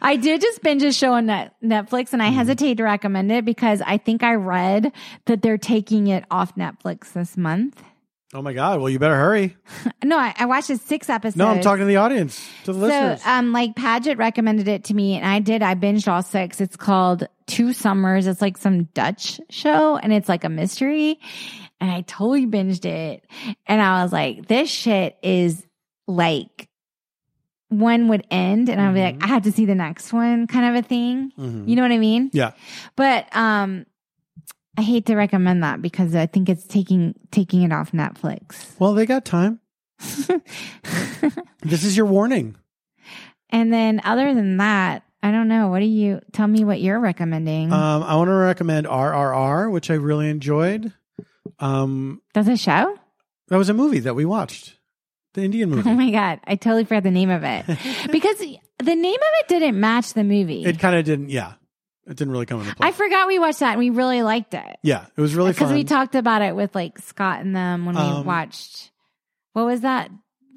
I did just binge a show on net- Netflix and I Mhm. hesitate to recommend it because I think I read that they're taking it off Netflix this month. oh my God. Well, you better hurry. No, I, I watched it six episodes. No, I'm talking to the audience, to the listeners. So, um, like Paget recommended it to me, and I did. I binged all six. It's called Two Summers. It's like some Dutch show, and it's like a mystery. And I totally binged it, and I was like, "This shit is like one would end, and I'd be like, Mhm. I have to see the next one, kind of a thing. Mhm. uh, You know what I mean? Yeah. But um, I hate to recommend that because I think it's taking taking it off Netflix. well, they got time. This is your warning. And then other than that, I don't know. What do you tell me what you're recommending? Um, I want to recommend RRR, which I really enjoyed. Um, That's a show? that was a movie that we watched, the Indian Oh movie. my god, I totally forgot the name of it. because the name of it didn't match the movie. It kind of didn't. Yeah, it didn't really come into play. I forgot we watched that and we really liked it. yeah, it was really Because fun. we talked about it with like Scott and them when we Um, watched what was that?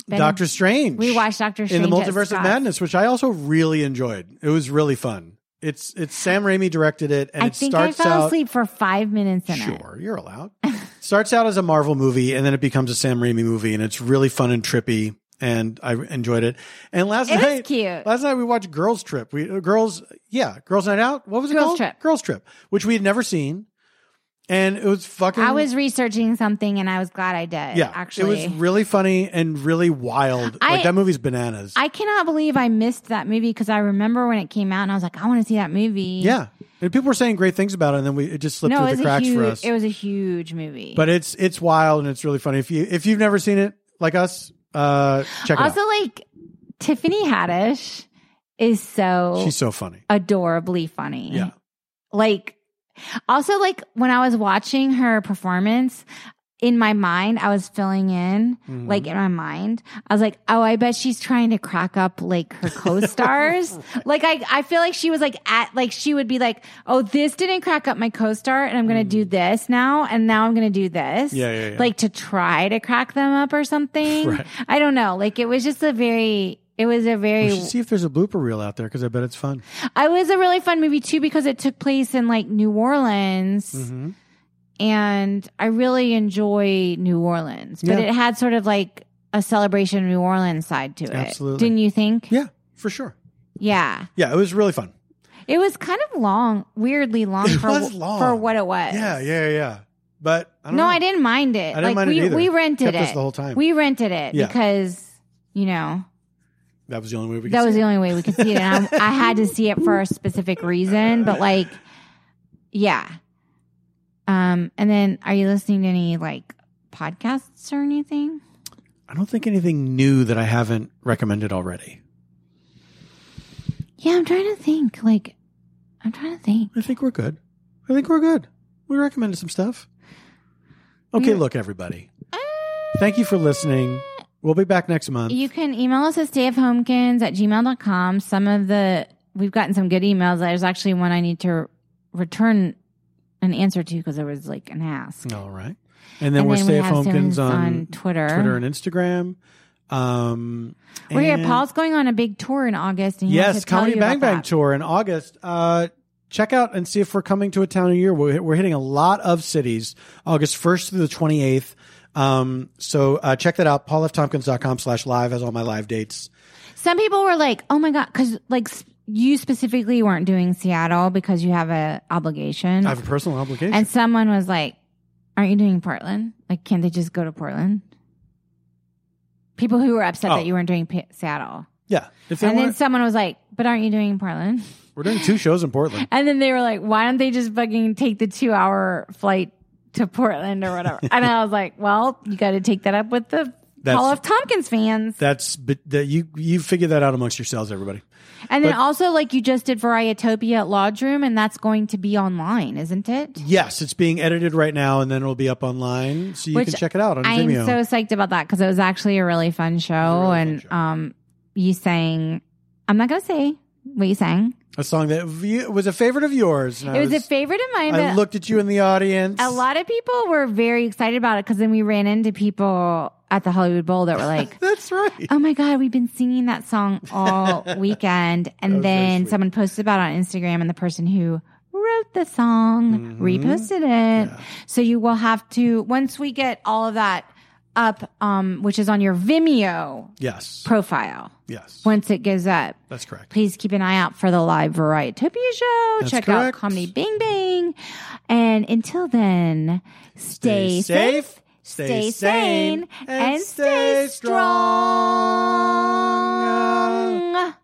Ben- Doctor Strange. We watched Doctor in Strange the at Multiverse of Scott's. Madness, which I also really enjoyed. It was really fun. It's it's Sam Raimi directed it, and I it think I starts fell out. asleep for five minutes in it. Sure, you're allowed. Starts out as a Marvel movie, and then it becomes a Sam Raimi movie, and it's really fun and trippy, and I enjoyed it. And last It is night, cute. last night we watched Girls Trip. We uh, girls, yeah, Girls Night Out. What was it Girls called? Trip. Girls Trip, which we had never seen, and it was fucking. I was researching something and I was glad I did. yeah, actually. it was really funny and really wild. I- like that movie's bananas. I cannot believe I missed that movie because I remember when it came out and I was like, I want to see that movie. yeah, and people were saying great things about it, and then we it just slipped no, it through was the a cracks huge. for us. It was a huge movie. but it's it's wild and it's really funny. If you if you've never seen it, like us, uh, check it out. also, like Tiffany Haddish is so She's so funny. adorably funny. Yeah. Like, also, like when I was watching her performance in my mind, I was filling in. Mhm. Like in my mind, I was like, "Oh, I bet she's trying to crack up like her co-stars." like I, I feel like she was like at like she would be like, "Oh, this didn't crack up my co-star, and I'm gonna do this now, and now I'm gonna do this." Mm. Yeah, yeah, yeah. Like to try to crack them up or something. Right. I don't know. Like it was just a very, it was a very. we should see if there's a blooper reel out there because I bet it's fun. I was a really fun movie too because it took place in like New Orleans Mm-hmm. and I really enjoy New Orleans, but Yeah. it had sort of like a celebration of New Orleans side to it. Absolutely. Didn't you think? Yeah, for sure. Yeah. Yeah, it was really fun. It was kind of long, weirdly long It for was long. for what it was. Yeah, yeah, yeah. But I don't no, know. I didn't mind it. I didn't like mind it we either. we rented Kept us it. the whole time. We rented it Yeah. because you know, that was the only way we. Could that was see the it. only way we could see it. And I, I had to see it for a specific reason, but like, yeah. Um, and then are you listening to any like podcasts or anything? I don't think anything new that I haven't recommended already. Yeah, I'm trying to think. Like, I'm trying to think. I think we're good. I think we're good. We recommended some stuff. Okay, We- look, everybody. Uh, Thank you for listening. We'll be back next month. You can email us at stayofhomekins at gmail.com. Some of the, we've gotten some good emails. There's actually one I need to return an answer to because there was like an ask. All right. And then we're we Stay at have Homekins Stones on Twitter. Twitter and Instagram. Um, We're here. and- Paul's going on a big tour in August. And he wants Yes, to tell Comedy you Bang about Bang that. tour in August. Uh, check out and see if we're coming to a town a year. We're, we're hitting a lot of cities, August 1st through the 28th. Um, so uh, check that out. PaulFTompkins.com slash live has all my live dates. Some people were like, "Oh my god," because like s- you specifically weren't doing Seattle because you have a obligation, I have a personal obligation. and someone was like, "Aren't you doing Portland? Like, can't they just go to Portland?" People who were upset Oh. that you weren't doing P- Seattle, yeah. If they and then want, someone was like, "But aren't you doing Portland?" we're doing two shows in Portland. And then they were like, "Why don't they just fucking take the two-hour flight?" To Portland or whatever, and I was like, "Well, you got to take that up with the That's- Paul F. Tompkins fans." That's but that you you figure that out amongst yourselves, everybody. And then But- also, like you just did Varietopia at Lodge Room, and that's going to be online, isn't it? Yes, it's being edited right now, and then it'll be up online, so you Which can check it out on I am Vimeo. so psyched about that because it was actually a really fun show, really fun and show. um, you sang. I'm not gonna say what you sang. A song that v- was a favorite of yours. and I It was a favorite of mine. I But looked at you in the audience. a lot of people were very excited about it because then we ran into people at the Hollywood Bowl that were like, That's right. "Oh my god, we've been singing that song all weekend." That was very And then sweet. someone posted about it on Instagram, and the person who wrote the Mhm. song reposted it. Yeah. So you will have to once we get all of that up, um, which is on your Vimeo Yes. profile. Yes. Once it goes up, That's correct. please keep an eye out for the live Varietopia show. That's Check out correct. Comedy Bing Bang. And until then, stay, safe, stay, sane, and, stay strong.